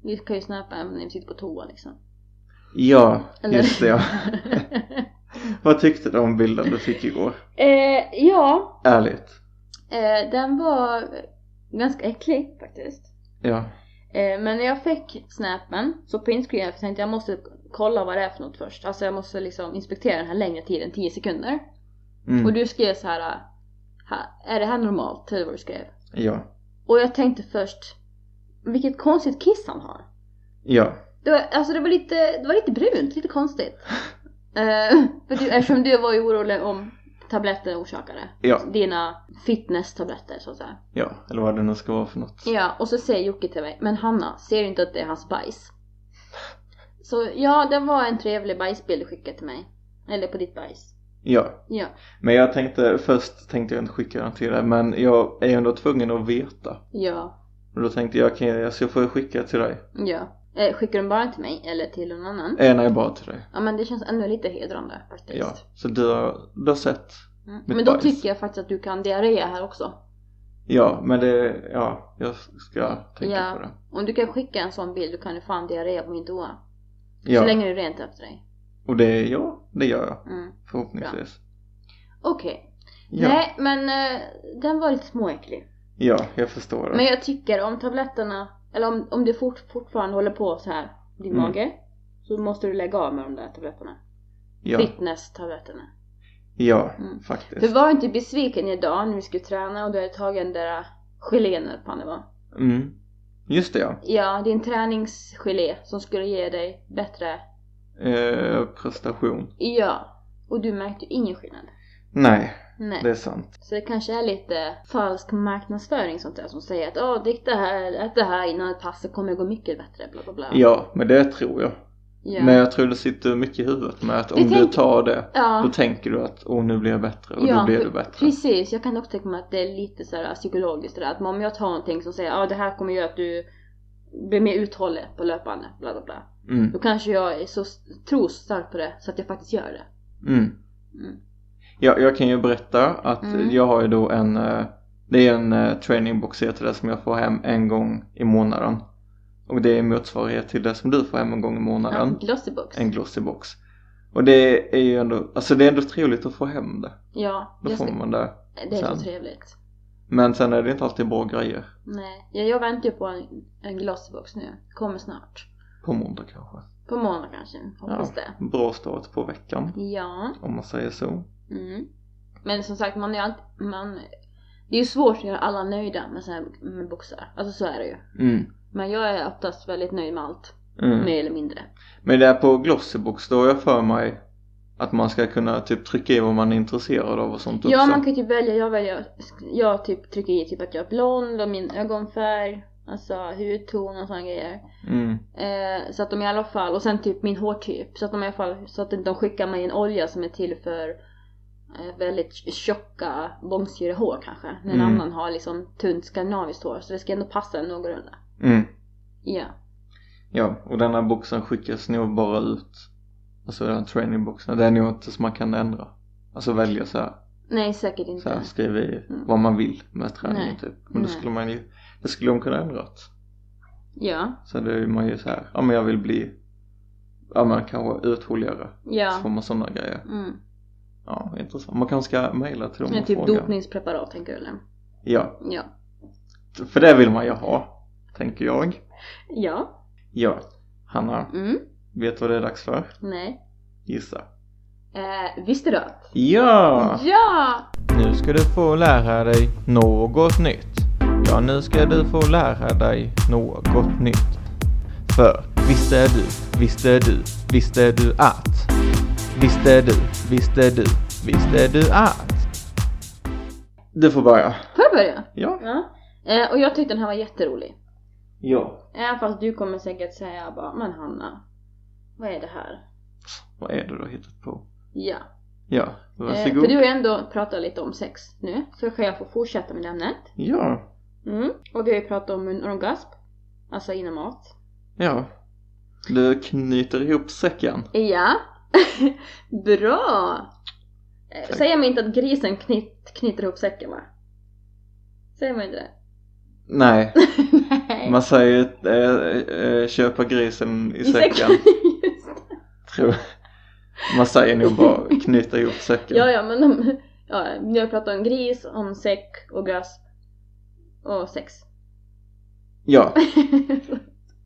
S1: Vi kan ju snappa även när vi sitter på toa liksom.
S2: Ja,
S1: Eller-
S2: just
S1: *laughs*
S2: det ja. Vad tyckte du om bilden du fick igår?
S1: eh, ja,
S2: Ärligt.
S1: eh, den var ganska äcklig faktiskt.
S2: Ja.
S1: Eh, men när jag fick snappen så pinscreenade jag tänkte jag måste kolla vad det är för något först. Alltså jag måste liksom inspektera den här längre tid än 10 sekunder.
S2: Mm.
S1: Och du skrev så här, äh, "Ha- är det här normalt? Eller vad du skrev.
S2: Ja.
S1: Och jag tänkte först, vilket konstigt kiss han har.
S2: Ja.
S1: Det var, alltså det var lite, det var lite brunt, lite konstigt.
S2: *laughs*
S1: Eh, för du, eftersom du var ju orolig om tabletter orsakade.
S2: Ja.
S1: Dina fitness-tabletter så att säga.
S2: Ja, eller vad det nu ska vara för något.
S1: Ja, och så säger Jocke till mig, men Hanna, ser du inte att det är hans bajs? Så ja, det var en trevlig bajsbild du skickade till mig. Eller på ditt bajs.
S2: Ja.
S1: Ja.
S2: Men jag tänkte, först tänkte jag inte skicka den till dig men jag är ändå tvungen att veta.
S1: Ja.
S2: Och då tänkte jag, kan jag, så jag får skicka till dig.
S1: Ja. Eh, skickar du bara till mig eller till någon annan?
S2: Eh, nej, bara till dig.
S1: Ja men det känns ännu lite hedrande faktiskt.
S2: Ja. Så du har, du har sett.
S1: Mm.
S2: Mitt
S1: Men då
S2: bajs.
S1: tycker jag faktiskt att du kan diarré här också.
S2: Ja, men det, ja, jag ska tänka
S1: Ja.
S2: på det.
S1: Om du kan skicka en sån bild, då kan du fan diarré på min toa.
S2: Ja,
S1: Så länge du är rent efter dig.
S2: och det, ja, det gör jag.
S1: Mm.
S2: Förhoppningsvis.
S1: Okej.
S2: Ja.
S1: Nej men eh, den var lite småäcklig.
S2: ja, jag förstår det.
S1: Men jag tycker om tabletterna, eller om, om du fort, fortfarande håller på så här din
S2: Mm.
S1: mage. Så måste du lägga av med de där tabletterna.
S2: ja,
S1: Fitness-tabletterna.
S2: ja
S1: Mm.
S2: faktiskt.
S1: Du var inte besviken idag när vi skulle träna och du hade tagit den där gelén eller vad fan det var.
S2: Mm. Just det ja.
S1: Ja, din träningsgelé som skulle ge dig bättre
S2: eh, prestation.
S1: Ja. Och du märkte ju ingen skillnad.
S2: Nej,
S1: Nej.
S2: det är sant.
S1: Så det kanske är lite falsk marknadsföring sånt där som säger att åh, drick det här, ät det här innan ett pass så kommer det gå mycket bättre, bla bla bla.
S2: Ja, men det tror jag.
S1: Ja.
S2: Men jag tror det sitter mycket i huvudet med att om du
S1: tänker-
S2: tar det,
S1: ja.
S2: då tänker du att åh, nu blir jag bättre och
S1: Ja,
S2: då blir
S1: för-
S2: du bättre.
S1: Precis, jag kan också tänka mig att det är lite så här psykologiskt det där, att om jag tar någonting som säger att ah, det här kommer göra att du blir mer uthållig på löpande, bla bla bla.
S2: Mm,
S1: Då kanske jag är så, tror så starkt på det så att jag faktiskt gör det.
S2: mm.
S1: Mm.
S2: Ja, jag kan ju berätta att
S1: Mm.
S2: jag har ju då en eh, Det är en eh, trainingbox heter det som jag får hem en gång i månaden Och det är motsvarighet till det som du får hem en gång i månaden
S1: Ja, Glossybox.
S2: En glossybox Och det är ju ändå, alltså det är ändå trevligt att få hem det
S1: Ja,
S2: Då
S1: jag
S2: får
S1: ska,
S2: man det
S1: det är
S2: sen.
S1: så trevligt.
S2: Men sen är det inte alltid bra grejer
S1: Nej, jag, jag väntar ju på en, en Glossybox nu. Kommer snart.
S2: På måndag kanske
S1: På måndag kanske, hoppas det.
S2: Bra start på veckan
S1: Ja.
S2: om man säger så
S1: Mm. Men som sagt, man är alltid, man, det är ju svårt att göra alla nöjda med, såna här, med boxar. Alltså så är det ju.
S2: mm.
S1: Men jag är oftast väldigt nöjd med allt.
S2: Mm.
S1: Mer eller mindre.
S2: Men det är på glossybox då har jag för mig att man ska kunna typ trycka i vad man är intresserad av och sånt också
S1: Ja, man kan ju typ välja. Jag, väljer, jag typ trycker i typ att jag är blond och min ögonfärg. Alltså hudton och sådana grejer.
S2: mm.
S1: Eh, så att de i alla fall, och sen typ min hårtyp. Så att de i alla fall, så att de skickar mig en olja som är till för eh, väldigt tjocka bångsyrehår kanske. När en
S2: Mm.
S1: annan har liksom tunt skandinaviskt hår. Så det ska ändå passa någorlunda.
S2: Mm.
S1: Ja.
S2: Ja, och den här boxen skickas nog bara ut. Alltså den här trainingboxen, den är nog inte så man kan ändra. Alltså välja så här,
S1: Nej, säkert
S2: så här
S1: inte.
S2: skriva i
S1: Mm.
S2: vad man vill med träningen
S1: Nej.
S2: typ. Men då
S1: Nej.
S2: skulle man ju, det skulle de kunna ändra.
S1: Ja.
S2: Så då är man ju så här, ja men jag vill bli, ja men kanske uthålligare. Så får
S1: Ja.
S2: man sådana grejer.
S1: Mm.
S2: Ja, intressant. Man kanske ska mejla till dem
S1: Men
S2: och
S1: typ
S2: fråga.
S1: dopningspreparat tänker du eller?
S2: Ja,
S1: Ja.
S2: för det vill man ju ha, tänker jag.
S1: Ja.
S2: Ja, Hanna,
S1: Mm.
S2: vet du vad det är dags för?
S1: Nej.
S2: Gissa.
S1: Eh, visste du att?
S2: Ja!
S1: Ja!
S2: Nu ska du få lära dig något nytt. Ja, nu ska du få lära dig något nytt. För visste du, visste du, visste du att? Visste du, visste du, visste du att? Du får börja.
S1: Får jag börja?
S2: Ja.
S1: Ja. Eh, och jag tyckte den här var jätterolig.
S2: Ja.
S1: Även fast du kommer säkert säga bara, men Hanna, vad är det här?
S2: Vad är det du har hittat på?
S1: Ja.
S2: Ja,
S1: Eh,
S2: varsågod.
S1: för du har ju ändå pratat lite om sex nu, så kan jag få fortsätta med det ämnet.
S2: Ja,
S1: Mm. Och vi har ju pratat om en orgasm, alltså inom mat.
S2: ja. Du knyter ihop säcken.
S1: Ja. *laughs* Bra! Eh,
S2: Tack.
S1: Säger man inte att grisen knit, knyter ihop säcken va? Säger man inte det? *laughs*
S2: Nej,
S1: Nej.
S2: man säger ju eh, eh, köpa grisen i
S1: *laughs*
S2: säcken.
S1: Just det.
S2: tror Man säger nog bara knyta ihop säcken.
S1: Ja, ja, men de, *laughs* ja, vi har pratat om gris, om säck, orgasm och sex. *laughs*
S2: Ja.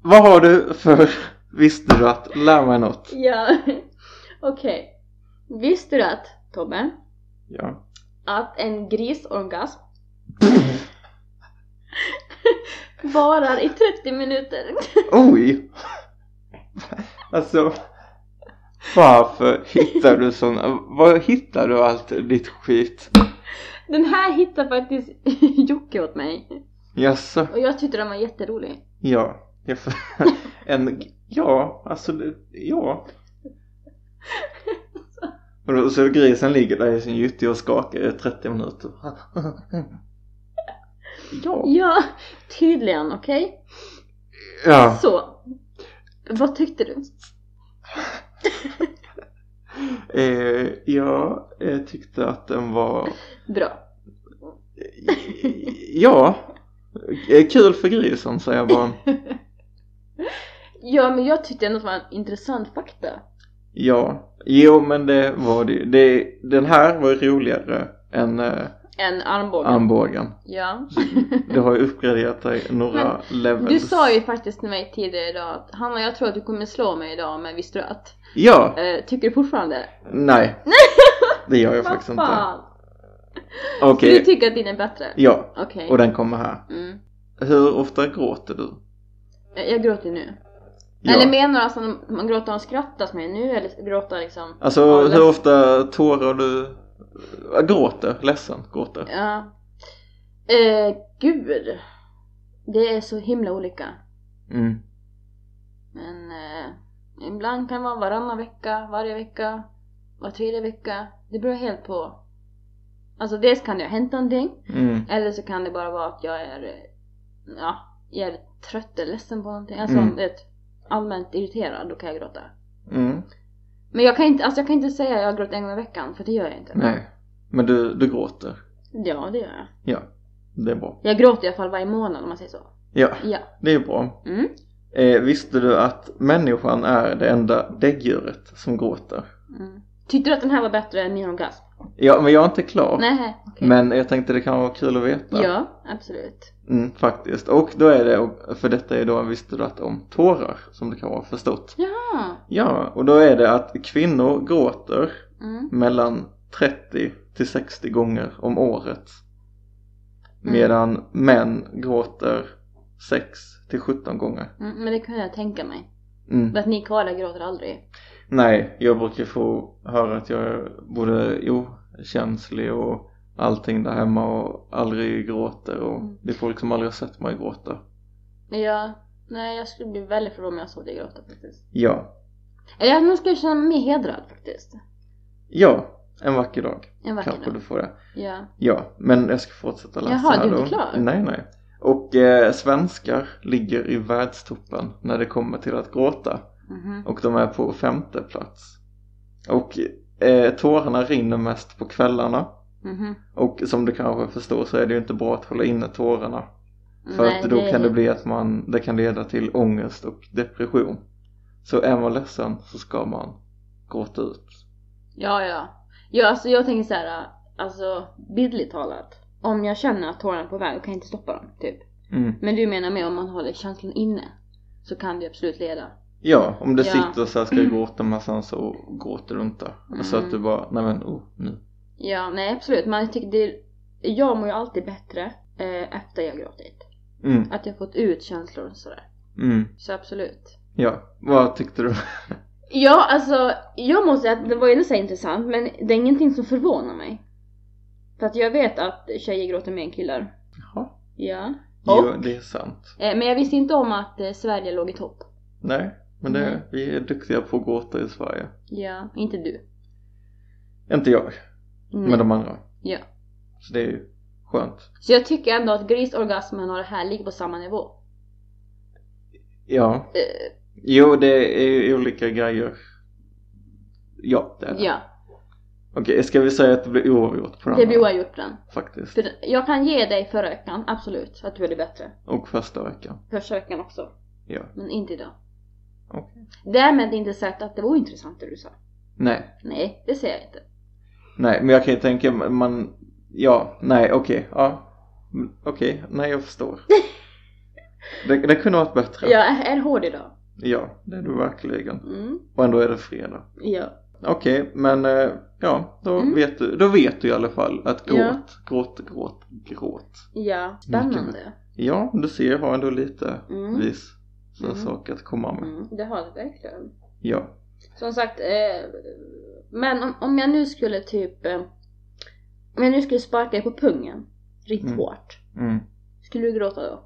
S2: Vad har du för visste du att? Lär mig något.
S1: ja, okej. Visste du att, Tobbe,
S2: Ja.
S1: att en grisorgasm *laughs* varar i 30 minuter?
S2: Oj! Alltså. Varför hittar du såna? Var hittar du allt ditt skit?
S1: Den här hittade faktiskt *laughs* Jocke åt mig
S2: Jaså?
S1: och jag tyckte den var jätterolig.
S2: Ja. Jag får- En... Ja, alltså det- ja. Och då, så grisen ligger där i sin gyttja och skakar i 30 minuter. Ja.
S1: Ja, tydligen, okej?
S2: Ja.
S1: Så, vad tyckte du?
S2: Eh, jag eh, tyckte att den var...
S1: Bra.
S2: Ja. Eh, Kul för grisen säger jag bara.
S1: Ja, men jag tyckte ändå att det var en intressant fakta.
S2: Ja. Jo men det var det ju. det, Den här var ju roligare än eh,
S1: En armbåge.
S2: armbågen.
S1: Ja.
S2: Det har ju uppgraderat dig några levels.
S1: Du sa ju faktiskt till mig tidigare idag att Hanna jag tror att du kommer slå mig idag men visste du att?
S2: Ja.
S1: Eh, tycker du fortfarande?
S2: Nej. Det gör jag faktiskt inte. Okej.
S1: Du tycker att din är bättre?
S2: Ja.
S1: Okej.
S2: Och den kommer här.
S1: Mm.
S2: Hur ofta gråter du?
S1: Eh, Jag gråter nu.
S2: Ja.
S1: Eller menar du alltså när man gråter och skrattas med nu eller gråta liksom?
S2: Alltså
S1: Ja,
S2: hur
S1: ledsen.
S2: ofta tårar du? äh, Gråter, ledsen, gråter.
S1: Ja. Eh, gud. Det är så himla olika.
S2: Mm.
S1: Men eh, ibland kan det vara varannan vecka, varje vecka, var tredje vecka. Det beror helt på. Alltså dels kan det ha hänt någonting.
S2: Mm.
S1: Eller så kan det bara vara att jag är eh, ja, jävligt trött eller ledsen på någonting. Alltså
S2: Mm.
S1: vet, allmänt irriterad, då kan jag gråta.
S2: Mm.
S1: Men jag kan inte, alltså jag kan inte säga att jag har gråtit en gång i veckan, för det gör jag inte.
S2: Nej. Men du, du gråter.
S1: Ja, det gör jag.
S2: Ja. Det är bra.
S1: Jag gråter i alla fall varje månad om man säger så.
S2: Ja,
S1: Ja.
S2: det är bra.
S1: Mm.
S2: Eh, visste du att människan är det enda däggdjuret som gråter?
S1: Mm. Tyckte du att den här var bättre än min orgasm?
S2: Ja, men jag är inte klar.
S1: Nej, okej.
S2: Men jag tänkte det kan vara kul att veta.
S1: Ja, absolut.
S2: Mm, faktiskt. Och då är det, och för detta är då en visste du att om tårar, som det kan vara förstått.
S1: Jaha.
S2: Ja, och då är det att kvinnor gråter
S1: Mm.
S2: mellan 30 till 60 gånger om året.
S1: Mm.
S2: Medan män gråter 6 till 17 gånger.
S1: Mm, men det kunde jag tänka mig.
S2: Mm.
S1: För att ni karlar gråter aldrig.
S2: Nej, jag brukar få höra att jag är både okänslig och allting där hemma och aldrig gråter och
S1: Mm.
S2: det är folk som aldrig har sett mig gråta.
S1: Men jag, nej, jag skulle bli väldigt förvånad om jag såg dig gråta faktiskt.
S2: Ja,
S1: Eller jag nog skulle känna mig mer hedrad faktiskt.
S2: ja, en vacker dag
S1: En vacker
S2: kanske
S1: dag.
S2: du får det.
S1: Ja.
S2: Ja, men jag ska fortsätta läsa
S1: Jaha,
S2: här
S1: du är
S2: då.
S1: inte klar?
S2: Nej, nej. Och eh, svenskar ligger i världstoppen när det kommer till att gråta
S1: Mhm.
S2: och de är på femte plats. Och eh, tårarna rinner mest på kvällarna
S1: Mhm.
S2: och som du kanske förstår så är det ju inte bra att hålla inne tårarna för
S1: Nej,
S2: att då kan
S1: är-
S2: det bli att man, det kan leda till ångest och depression. Så är man ledsen så ska man gråta ut.
S1: Ja, ja. Ja, alltså jag tänker så här, alltså bildligt talat. Om jag känner att tårarna är på väg, då kan jag inte stoppa dem, typ.
S2: Mm.
S1: Men du menar med om man håller känslan inne så kan det absolut leda.
S2: Ja, om det
S1: Ja.
S2: sitter så här ska jag gråta men sen så gråter du inte. Så
S1: Mm.
S2: att du bara, nej men oh, nu.
S1: Ja, nej absolut. Man tycker det, jag mår ju alltid bättre eh, efter jag gråtit.
S2: Mm,
S1: Att jag fått ut känslor och sådär.
S2: mm,
S1: Så absolut.
S2: ja. Vad tyckte du? *laughs*
S1: Ja, alltså jag måste säga att det var ju så här intressant men det är ingenting som förvånar mig. För att jag vet att tjejer gråter mer än killar.
S2: Jaha.
S1: Ja. Och?
S2: Jo, det är sant.
S1: Eh, men jag visste inte om att eh, Sverige låg i topp.
S2: Nej, men det,
S1: Nej.
S2: vi är duktiga på att gråta i Sverige.
S1: Ja, inte du.
S2: Inte jag,
S1: Nej.
S2: men de andra.
S1: Mm. Ja.
S2: Så det är ju skönt.
S1: Så jag tycker ändå att grisorgasmen och det här ligger på samma nivå.
S2: Ja.
S1: Eh,
S2: Jo, det är ju olika grejer. Ja, det är det.
S1: ja,
S2: Okej, ska vi säga att det blir oavgjort på den
S1: det blir
S2: här,
S1: oavgjort den.
S2: Faktiskt.
S1: För jag kan ge dig förra veckan, absolut, att du är det bättre.
S2: Och första veckan.
S1: Första veckan också.
S2: Ja.
S1: Men inte idag.
S2: Okej.
S1: Därmed inte sagt att det var intressant det du sa.
S2: Nej,
S1: Nej, det säger jag inte.
S2: Nej, men jag kan ju tänka man, ja, nej, okej, ja. Mm, Okej, nej jag
S1: *laughs*
S2: förstår. Det, det kunde varit bättre.
S1: Jag är hård idag.
S2: Ja, det är du verkligen.
S1: Mm.
S2: Och ändå är det fredag.
S1: Ja.
S2: Okej, men eh, ja, då,
S1: Mm.
S2: vet du, då vet du i alla fall att gråt,
S1: Ja.
S2: gråt, gråt, gråt.
S1: Ja, spännande.
S2: Ja, du ser, jag har ändå lite
S1: Mm.
S2: vis så
S1: Mm.
S2: saker att komma med.
S1: Mm, det har det verkligen.
S2: Ja.
S1: Som sagt, eh, men om, om jag nu skulle typ... Eh, om jag nu skulle sparka dig på pungen, riktigt
S2: Mm.
S1: hårt.
S2: Mm.
S1: Skulle du gråta då?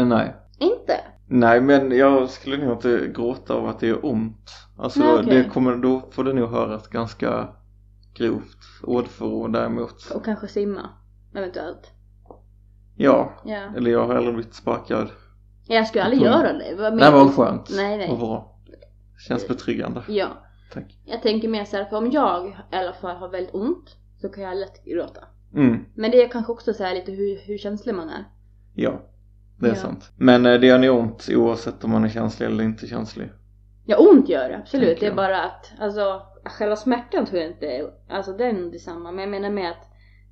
S2: Eh, Nej.
S1: Inte?
S2: Nej, men jag skulle nog inte gråta av att det gör ont. Alltså,
S1: Nej, okej.
S2: det kommer, då får det nog höras ganska grovt ordförråd däremot.
S1: Och kanske simma, eventuellt.
S2: Ja,
S1: Ja.
S2: eller jag har hellre blivit sparkad.
S1: Jag skulle aldrig
S2: Pung.
S1: göra det. typ- Vad
S2: Nej,
S1: menar
S2: vad
S1: du?
S2: skönt
S1: Nej, nej.
S2: och bra. Känns betryggande.
S1: Ja.
S2: Tack.
S1: Jag tänker mer såhär, för om jag i alla fall har väldigt ont så kan jag lätt gråta.
S2: Mm,
S1: Men det är kanske också såhär lite hur, hur känslig man är.
S2: ja. Det är
S1: Ja.
S2: sant. Men eh, det gör nog ont oavsett om man är känslig eller inte känslig.
S1: Ja, ont gör det absolut.
S2: Tänker
S1: Det är
S2: jag.
S1: bara att, alltså själva smärtan tror jag inte, är- alltså den är detsamma. Men jag menar med att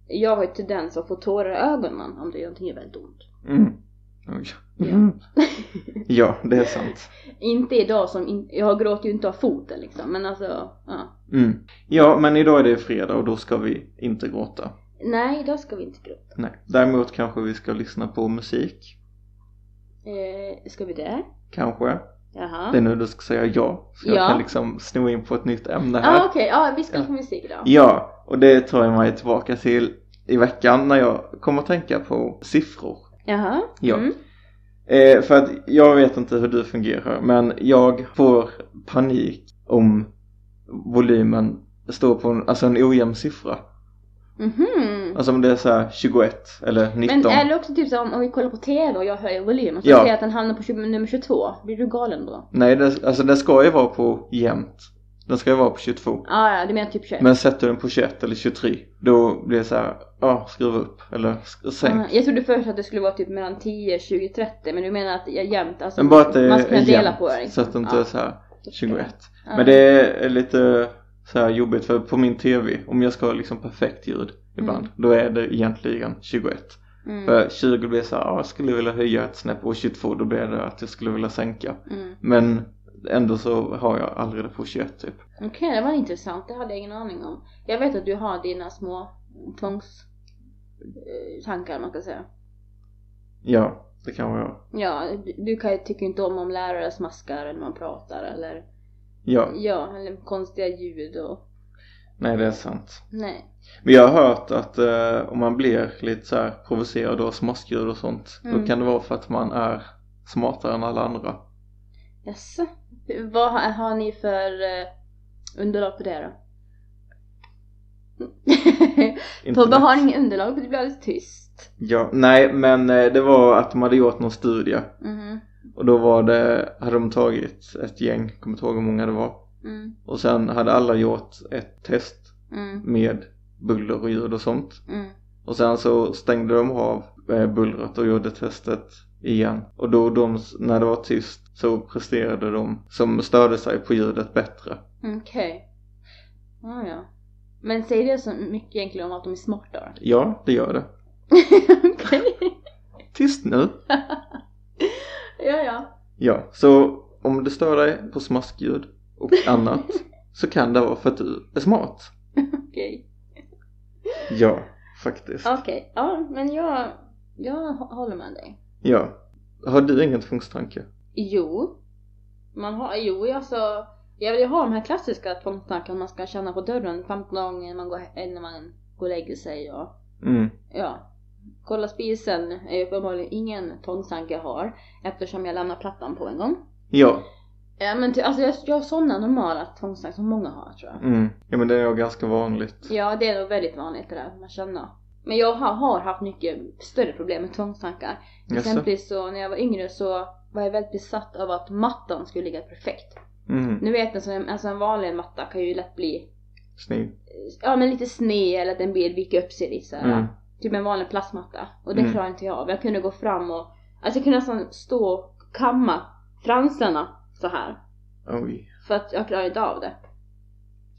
S1: jag har ju tendens att få tårar i ögonen om det är någonting väldigt ont.
S2: Mm. Oj.
S1: *laughs*
S2: Mm. Ja, det är sant.
S1: Inte idag som, in, jag gråter ju inte av foten liksom, men alltså, ja.
S2: Mm. Ja, men idag är det fredag och då ska vi inte gråta.
S1: Nej, idag ska vi inte gråta.
S2: Nej. Däremot kanske vi ska lyssna på musik.
S1: Eh, ska vi det?
S2: Kanske.
S1: Jaha.
S2: Det är nu du ska säga ja. Så
S1: Ja.
S2: jag kan liksom sno in på ett nytt ämne här.
S1: ah, okej, ja vi skulle
S2: Ja.
S1: få musik idag.
S2: Ja, och det tar jag mig tillbaka till i veckan när jag kom att tänka på siffror.
S1: Jaha.
S2: Ja.
S1: Mm.
S2: Eh, för att jag vet inte hur du fungerar, men jag får panik om volymen står på en, alltså en ojämn siffra.
S1: Mhm.
S2: Alltså om det är så här 21 eller 19.
S1: Men är det också typ så om, om vi kollar på TV och jag höjer volymen så
S2: Ja.
S1: ser jag att den hamnar på 20, nummer 22, blir du galen då?
S2: Nej, det, alltså den ska ju vara på jämnt. Den ska ju vara på 22.
S1: Ah, ja, du menar typ 21?
S2: Men sätter du den på 21 eller 23, då blir det så här, ja, skruva upp eller sk- sänk.
S1: Ah, jag trodde först att det skulle vara typ mellan 10, 20, 30 men du menar att jag jämt, alltså
S2: Men bara att det
S1: man ska kunna
S2: är
S1: dela
S2: jämnt,
S1: på det liksom.
S2: så att det inte
S1: Ja.
S2: är så här 21.
S1: Ja.
S2: Men det är lite så här jobbigt för på min TV, om jag ska ha liksom perfekt ljud ibland,
S1: Mm.
S2: då är det egentligen 21.
S1: Mm.
S2: För 20 blir så här, ja, jag skulle vilja höja ett snäpp och 22 då blir det att jag skulle vilja sänka.
S1: Mm.
S2: Men ändå så har jag aldrig det på 21 typ.
S1: Okej, det var intressant. Det hade jag ingen aning om. Jag vet att du har dina små tvångstankar, man kan säga.
S2: Ja, det kan vara jag.
S1: Ja, du- du kan, tycker inte om om lärare smaskar eller man pratar eller
S2: Ja,
S1: ja, eller konstiga ljud och
S2: nej det är sant.
S1: nej.
S2: Men jag har hört att eh, om man blir lite så här provocerad av smaskljud och sånt,
S1: Mm.
S2: då kan det vara för att man är smartare än alla andra.
S1: Jaså? Vad har, har ni för eh, underlag på det då? Tobbe *laughs*
S2: *laughs* Internet.
S1: har inget underlag för det blir alldeles tyst.
S2: Ja, nej men eh, det var att de hade gjort någon studie
S1: Mhm.
S2: och då var det, hade de tagit ett gäng, kommer inte ihåg hur många det var
S1: Mm.
S2: och sen hade alla gjort ett test
S1: Mm.
S2: med buller och ljud och sånt
S1: Mm.
S2: och sen så stängde de av eh, bullret och gjorde testet igen och då de, när det var tyst så presterade de som störde sig på ljudet bättre.
S1: Okej. Ah, ja. Men säger det så mycket egentligen om att de är smarta då?
S2: Ja, det gör det.
S1: Okej.
S2: Tyst nu!
S1: *laughs* Ja, ja.
S2: Ja, så om du stör dig på smaskljud och annat så kan det vara för att du är smart.
S1: Okej.
S2: Ja, faktiskt.
S1: Okej. Ja, men jag, jag hå- håller med dig.
S2: Ja. Har du ingen tvångstanke?
S1: Jo. Man har, jo, alltså. Jag vill ju ha de här klassiska tvångstankarna man ska känna på dörren 15 gånger man går, he- innan man går och lägger sig och
S2: Mm.
S1: ja. Kolla spisen är ju uppenbarligen ingen tvångstanke jag har eftersom jag lämnar plattan på en gång.
S2: Ja.
S1: Ja men ty, alltså jag, jag har sådana normala tvångstankar som många har tror jag.
S2: Mm. Ja men det är nog ganska vanligt.
S1: Ja, det är nog väldigt vanligt det där att man känner. Men jag har, har haft mycket större problem med tvångstankar.
S2: Jaså?
S1: Exempelvis så när jag var yngre så var jag väldigt besatt av att mattan skulle ligga perfekt.
S2: Mm.
S1: Nu vet en sån, alltså en vanlig matta kan ju lätt bli
S2: Snygg.
S1: eh, ja men lite sned eller att en bil viker upp sig lite såhär.
S2: Mm.
S1: Typ en vanlig plastmatta. Och det
S2: Mm.
S1: klarade inte jag av. Jag kunde gå fram och, alltså jag kunde nästan stå och kamma fransarna så här
S2: Oj.
S1: för att jag klarade inte av det.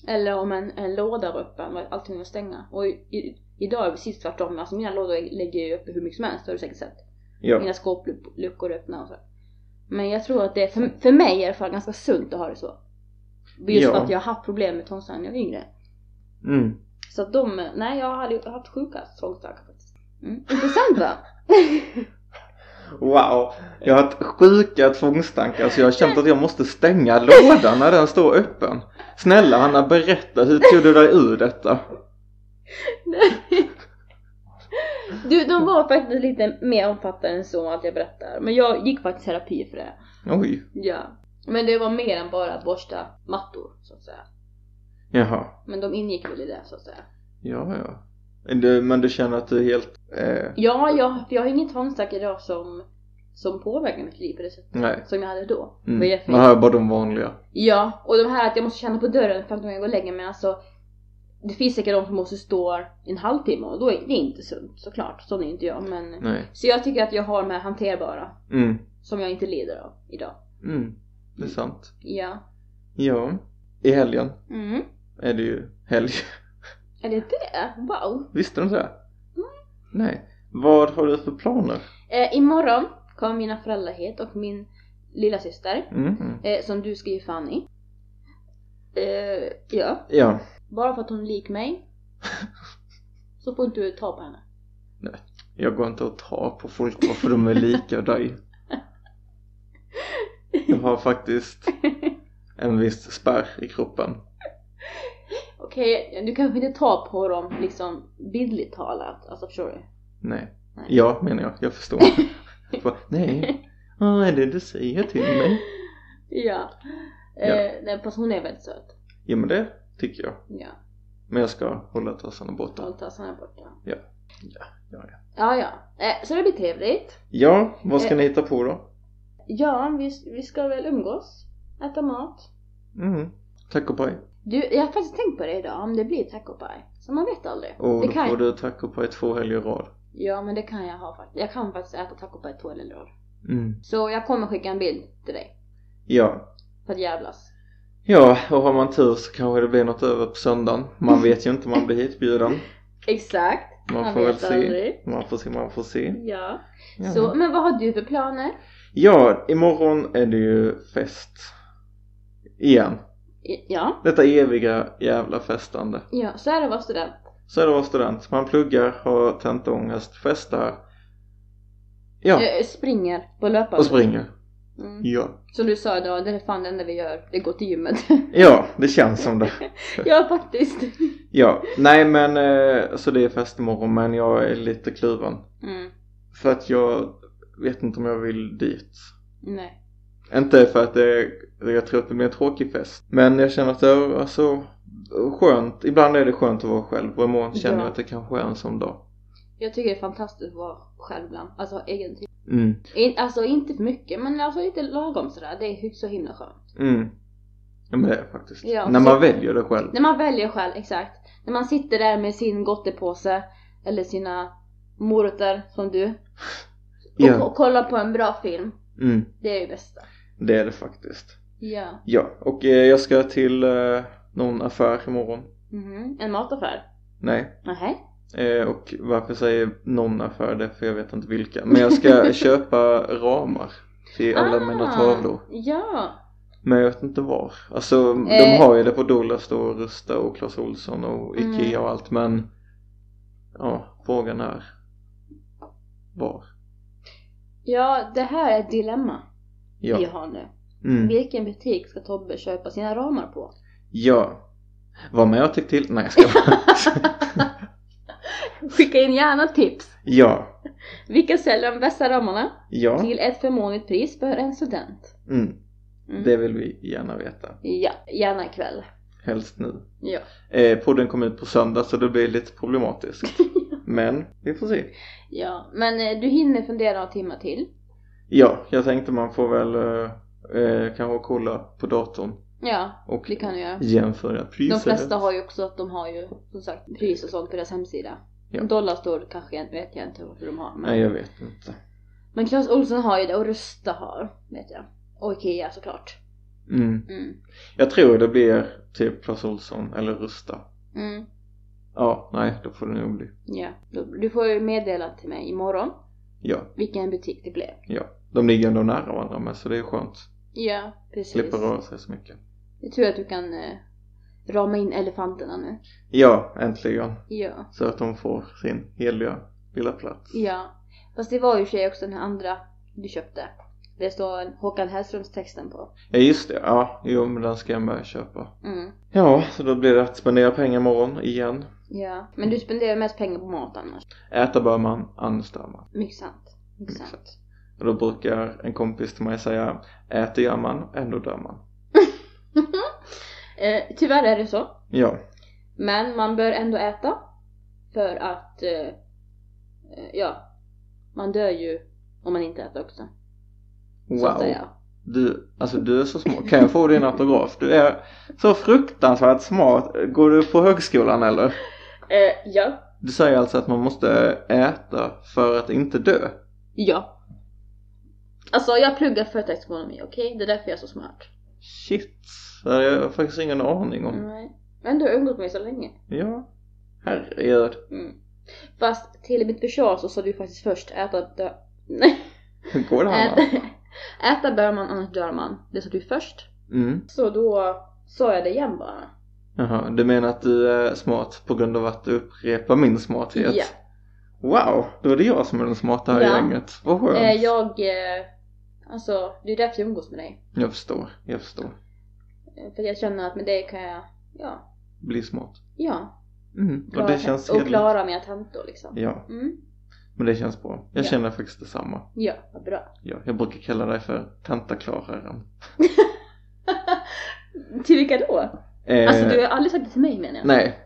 S1: Eller om en, en låda var öppen var allting att stänga. Och i, i, idag är det precis tvärtom. Alltså mina lådor lägger jag ju uppe hur mycket som helst, det har du säkert sett.
S2: Ja.
S1: Mina skåpluckor är öppna och så. Men jag tror att det är, för, för mig i alla fall, ganska sunt att ha det så. Just
S2: Ja.
S1: för att jag har haft problem med tvångstankar när jag var yngre.
S2: Mm.
S1: Så att de, nej jag hade ju haft sjuka tvångstankar faktiskt. Mm. Intressant va?
S2: Wow. Jag har haft sjuka tvångstankar så jag har känt att jag måste stänga lådan när den står öppen. Snälla Hanna berätta, hur tog du dig ur detta?
S1: *laughs* du, de var faktiskt lite mer omfattande än så att jag berättar. Men jag gick faktiskt terapi för det.
S2: Oj.
S1: Ja. Men det var mer än bara att borsta mattor, så att säga.
S2: Jaha.
S1: Men de ingick väl i det, så att säga.
S2: Ja, ja. Men Du, men du känner att du är helt... Eh,
S1: Ja, jag, för jag har ingen tvångstack idag som, som påverkar mitt liv på det sättet.
S2: nej.
S1: Som jag hade då. Vad är
S2: Mm.
S1: det för-
S2: Man hör bara de vanliga.
S1: Ja, och de här att jag måste känna på dörren för att jag går och lägger mig, alltså. Det finns säkert de som måste stå i en halvtimme och då är det inte sunt såklart. Sån är inte jag men.
S2: Nej.
S1: Så jag tycker att jag har de här hanterbara.
S2: Mm.
S1: Som jag inte lider av idag.
S2: Mm. Det är sant.
S1: Ja.
S2: Ja. I helgen
S1: Mm.
S2: är det ju helg. *laughs*
S1: Är det det? Wow.
S2: Visste du inte det? Nej. Vad har du för planer?
S1: Eh, imorgon kommer mina föräldrar hit och min lilla syster
S2: Mm.
S1: eh, som du ska ge fan i. Eh, ja,
S2: Ja.
S1: bara för att hon är lik mig så får inte du ta på henne.
S2: Jag går inte och tar på folk bara för de är lika dig. Jag har faktiskt en viss spärr i kroppen.
S1: Okej, du kanske inte tar på dem liksom bildligt talat, alltså förstår du?
S2: Nej.
S1: Nej.
S2: Ja, menar jag.
S1: *laughs*
S2: Jag förstår. Bara, Nej. Vad är det du säger till mig?
S1: Ja.
S2: Ja.
S1: Eh, den personen är väldigt söt.
S2: Ja, men det tycker jag.
S1: Ja,
S2: Men jag ska hålla tassarna borta.
S1: hålltassarna är borta.
S2: Ja. Ja, ja, ja.
S1: Ja, ja. Eh, så det blir trevligt.
S2: Ja, vad
S1: Eh.
S2: ska ni hitta på då?
S1: Ja, vi, vi ska väl umgås, äta mat.
S2: Mm. Tacopaj.
S1: Du, jag har faktiskt tänkt på det idag, om det blir taco pie. Så man vet aldrig.
S2: Och
S1: det
S2: då
S1: kan
S2: får du tacopaj två helger i rad.
S1: Ja, men det kan jag ha faktiskt. Jag kan faktiskt äta taco pie två eller rad.
S2: Mm.
S1: Så jag kommer skicka en bild till dig.
S2: Ja.
S1: För att jävlas.
S2: Ja, och har man tur så kanske det blir något över på söndagen. Man vet ju inte om man blir hitbjuden.
S1: Exakt.
S2: Man
S1: Man
S2: får väl
S1: vet
S2: se.
S1: aldrig.
S2: Man får se, man får se.
S1: Ja.
S2: Ja.
S1: Så, men vad har du för planer?
S2: ja, imorgon är det ju fest. Igen.
S1: I- Ja.
S2: Detta eviga jävla festande.
S1: Ja, så är det att vara student.
S2: Så är det att vara student. Man pluggar, har tentaångest, festar. Ja,
S1: Eh, Springer på löpande.
S2: och springer.
S1: Mm.
S2: Ja.
S1: Som du sa idag, det är fan det enda vi gör. Det går till gymmet. *laughs*
S2: Ja, det känns som det.
S1: ja, faktiskt.
S2: Ja, nej men eh, så det är fest imorgon men jag är lite kluven.
S1: Mm.
S2: För att jag vet inte om jag vill dit.
S1: Nej.
S2: Inte för att det, jag tror att det blir en tråkig fest. Men jag känner att det är alltså skönt. Ibland är det skönt att vara själv och imorgon känner jag
S1: Ja.
S2: att det kanske är en sån dag.
S1: Jag tycker det är fantastiskt att vara själv ibland. Alltså ha egen tid.
S2: Mm.
S1: In, alltså inte för mycket, men alltså lite lagom sådär. Det är hy- så himla skönt.
S2: Mm. Ja men det är det faktiskt.
S1: Ja,
S2: När
S1: så-
S2: man väljer det själv.
S1: När man väljer själv, exakt. När man sitter där med sin gottepåse, eller sina morötter som du, och,
S2: Ja.
S1: och kollar på en bra film.
S2: Mm.
S1: Det är ju bästa.
S2: Det är det faktiskt.
S1: Ja.
S2: Ja, och eh, jag ska till eh, någon affär imorgon.
S1: Mhm. En mataffär.
S2: Nej,
S1: Nähä?
S2: Eh, och varför säger någon affär det? För jag vet inte vilka. Men jag
S1: *laughs*
S2: ska köpa ramar till alla mina
S1: Ah.
S2: tavlor.
S1: Ja.
S2: Men jag vet inte var. Alltså de
S1: Eh.
S2: har ju det på Dollarstore och Rusta och Clas Ohlson och
S1: Mm.
S2: Ikea och allt men ja, frågan är var.
S1: Ja, det här är ett dilemma
S2: Ja.
S1: vi
S2: Ja.
S1: har nu.
S2: Mm.
S1: Vilken butik ska Tobbe köpa sina ramar på?
S2: ja. Vad man jag tyckt till? Nej jag ska
S1: *laughs* Skicka in gärna tips!
S2: Ja.
S1: Vilka säljer de bästa ramarna?
S2: Ja.
S1: Till ett förmånligt pris för en student.
S2: Mm.
S1: Mm.
S2: Det vill vi gärna veta.
S1: Ja, gärna ikväll.
S2: Helst nu.
S1: Ja.
S2: Eh, podden kommer ut på söndag så det blir lite
S1: *laughs*
S2: problematiskt. Men vi får se.
S1: ja. Men eh, du hinner fundera några timmar till.
S2: Ja, jag tänkte man får väl eh, eh, kanske kolla på datorn
S1: Ja,
S2: och
S1: det kan du göra.
S2: jämföra priser.
S1: De flesta har ju också att de har ju som sagt pris och sånt på deras hemsida.
S2: Ja.
S1: Dollarstore kanske jag vet jag inte hur de har. Men,
S2: Nej, jag vet inte.
S1: men Clas Ohlson har ju det och Rusta har, vet jag. Och Ikea såklart.
S2: Mm.
S1: Mm.
S2: Jag tror det blir typ Clas Ohlson eller Rusta.
S1: Mm.
S2: Ja, nej, då får det nog bli.
S1: Ja. Du du får ju meddela till mig imorgon
S2: Ja,
S1: vilken butik det blev.
S2: ja. De ligger ändå nära varandra med så det är skönt.
S1: Ja, precis.
S2: Slipper röra sig så mycket.
S1: Det tror jag att du kan eh, rama in elefanterna nu.
S2: Ja, äntligen.
S1: Ja.
S2: Så att de får sin heliga lilla plats.
S1: Ja. Fast det var ju i och för sig också den här andra du köpte. Det står en Håkan Hellströms texten på.
S2: Ja, just det. Ja, jo, men den ska jag börja köpa.
S1: Mm.
S2: Ja, så då blir det att spendera pengar imorgon igen.
S1: Ja. Men du spenderar mest pengar på mat annars.
S2: Äta bör man, annars dör man.
S1: Mycket sant. Mycket sant.
S2: Exakt. Och då brukar en kompis till mig säga Äter gör man, ändå dör man.
S1: eh, tyvärr är det så.
S2: Ja,
S1: Men man bör ändå äta. För att, eh, eh, ja. Man dör ju om man inte äter också. Så att
S2: wow.
S1: säga.
S2: Du, alltså du är så smart. Kan jag få din autograf? Du är så fruktansvärt smart. Går du på högskolan eller?
S1: Eh, ja.
S2: Du säger alltså att man måste äta för att inte dö?
S1: Ja. Alltså jag pluggar företagsekonomi, okej? Det är därför jag är så smart.
S2: Shit, det har jag faktiskt ingen aning om.
S1: Nej. Men du har umgått mig så länge.
S2: Ja, herregud.
S1: Mm. Fast till mitt försvar så sa du faktiskt först äta dö... Nej.
S2: Hur går det här?
S1: Äta, *laughs*
S2: man?
S1: äta bör man annars dör man. Det sa du först.
S2: Mm.
S1: Så då sa jag det igen bara.
S2: Jaha, du menar att du är smart på grund av att du upprepar min smarthet?
S1: Ja.
S2: Wow, då är det jag som är den smarta här i
S1: Ja.
S2: gänget. Vad skönt.
S1: Eh, jag eh, Alltså, det är därför jag umgås med dig.
S2: Jag förstår, jag förstår.
S1: Eh, För jag känner att med dig kan jag, ja,
S2: Bli smart.
S1: ja.
S2: Mm. Och
S1: klara-
S2: det känns
S1: och
S2: hederligt.
S1: klara mina tentor liksom.
S2: Ja,
S1: Mm.
S2: men det känns bra. Jag
S1: Ja.
S2: känner faktiskt detsamma.
S1: Ja, vad bra. *laughs*
S2: Ja, jag brukar kalla dig för tentaklararen.
S1: till vilka då?
S2: Eh,
S1: Alltså du har aldrig sagt det till mig menar jag.
S2: Nej,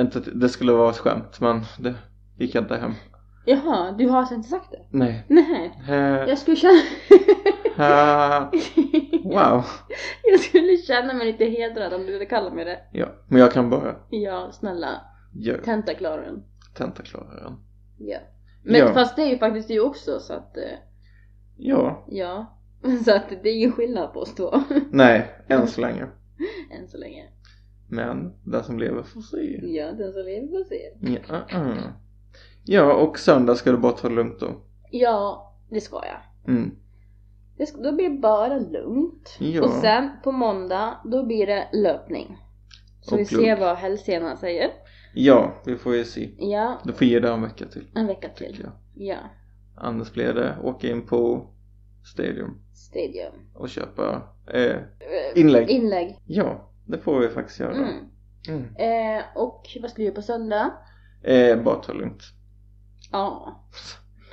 S2: inte, att- det skulle vara ett skämt men det gick inte hem.
S1: Jaha, du har alltså inte sagt det?
S2: Nej.
S1: Nej.
S2: Eh, *laughs*
S1: Jag skulle känna... *laughs*
S2: eh, wow.
S1: jag skulle känna mig lite hedrad om du hade kallat mig det.
S2: Ja, men jag kan börja.
S1: Ja, snälla.
S2: Ja,
S1: Tentaklararen.
S2: tentaklararen.
S1: Ja. Men
S2: Ja.
S1: fast det är ju faktiskt du också så att, eh,
S2: Ja,
S1: ja. *laughs* Så att det är ingen skillnad på oss två. *laughs*
S2: nej, än så länge.
S1: Än så länge.
S2: Men den som lever får se.
S1: Ja, den som lever får se.
S2: Ja, uh-uh. ja, och söndag ska du bara ta det lugnt då.
S1: Ja, det ska jag.
S2: Mm.
S1: Det ska, då blir det bara lugnt.
S2: Ja.
S1: Och sen på måndag, då blir det löpning. Så
S2: Och
S1: vi ser
S2: lugnt.
S1: vad hälsenan säger.
S2: Ja, vi får ju se.
S1: Ja,
S2: Du får ge det en vecka till,
S1: en vecka
S2: tycker
S1: till.
S2: jag.
S1: Ja,
S2: Annars blir det åka in på Stadium
S1: stadium.
S2: och köpa eh,
S1: Eh,
S2: inlägg.
S1: Inlägg.
S2: Ja, det får vi faktiskt göra.
S1: Mm.
S2: Mm.
S1: Eh, och vad ska vi göra på söndag?
S2: Eh, bara ta det lugnt.
S1: Ja.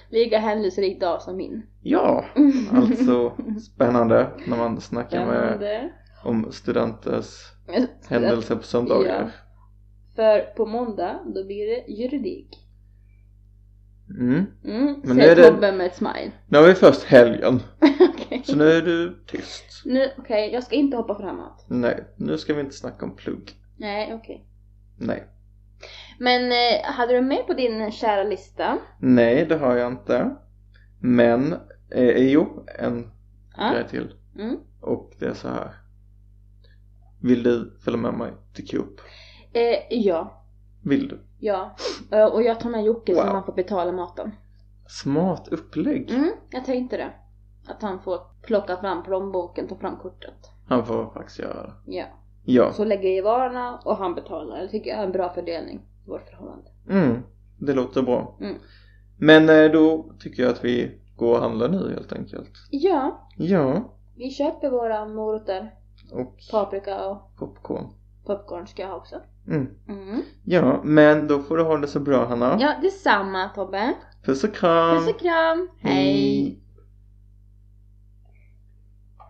S1: Lika händelserik dag som min.
S2: Ja,
S1: *laughs*
S2: alltså spännande när man snackar med,
S1: Spännande.
S2: om studenters
S1: Men-
S2: händelser på söndagar.
S1: För på måndag, då blir det juridik.
S2: Mm.
S1: Mm,
S2: Men
S1: Men
S2: nu är det-
S1: säger Tobbe med ett smile. *laughs*
S2: Nu har vi först helgen,
S1: Okej.
S2: så nu är du tyst.
S1: Nu, okej, jag ska inte hoppa framåt.
S2: Nej, nu ska vi inte snacka om plugg.
S1: Nej, okej.
S2: Nej.
S1: Men eh, hade du med på din eh, kära lista?
S2: Nej, det har jag inte. Men, eh, jo, en
S1: Ja.
S2: grej till.
S1: Mm.
S2: Och det är så här. Vill du följa med mig till Coop?
S1: Eh, ja.
S2: Vill du?
S1: Ja. Eh, Och jag tar med Jocke
S2: Wow.
S1: så han får betala maten.
S2: Smart upplägg.
S1: Mm, jag tänkte det. Att han får plocka fram plånboken, ta fram kortet.
S2: Han får faktiskt göra det.
S1: Ja.
S2: Ja.
S1: Så lägger jag i varorna och han betalar. Det tycker jag är en bra fördelning i vårt förhållande.
S2: Mm, det låter bra.
S1: Mm.
S2: Men eh, då tycker jag att vi går och handlar nu helt enkelt.
S1: Ja,
S2: Ja,
S1: vi köper våra morötter,
S2: och
S1: paprika och
S2: popcorn.
S1: popcorn ska jag ha också.
S2: Mm.
S1: Mm.
S2: Ja, men då får du ha det så bra Hanna.
S1: Ja, detsamma Tobbe.
S2: Puss och kram!
S1: Puss och kram! Hej.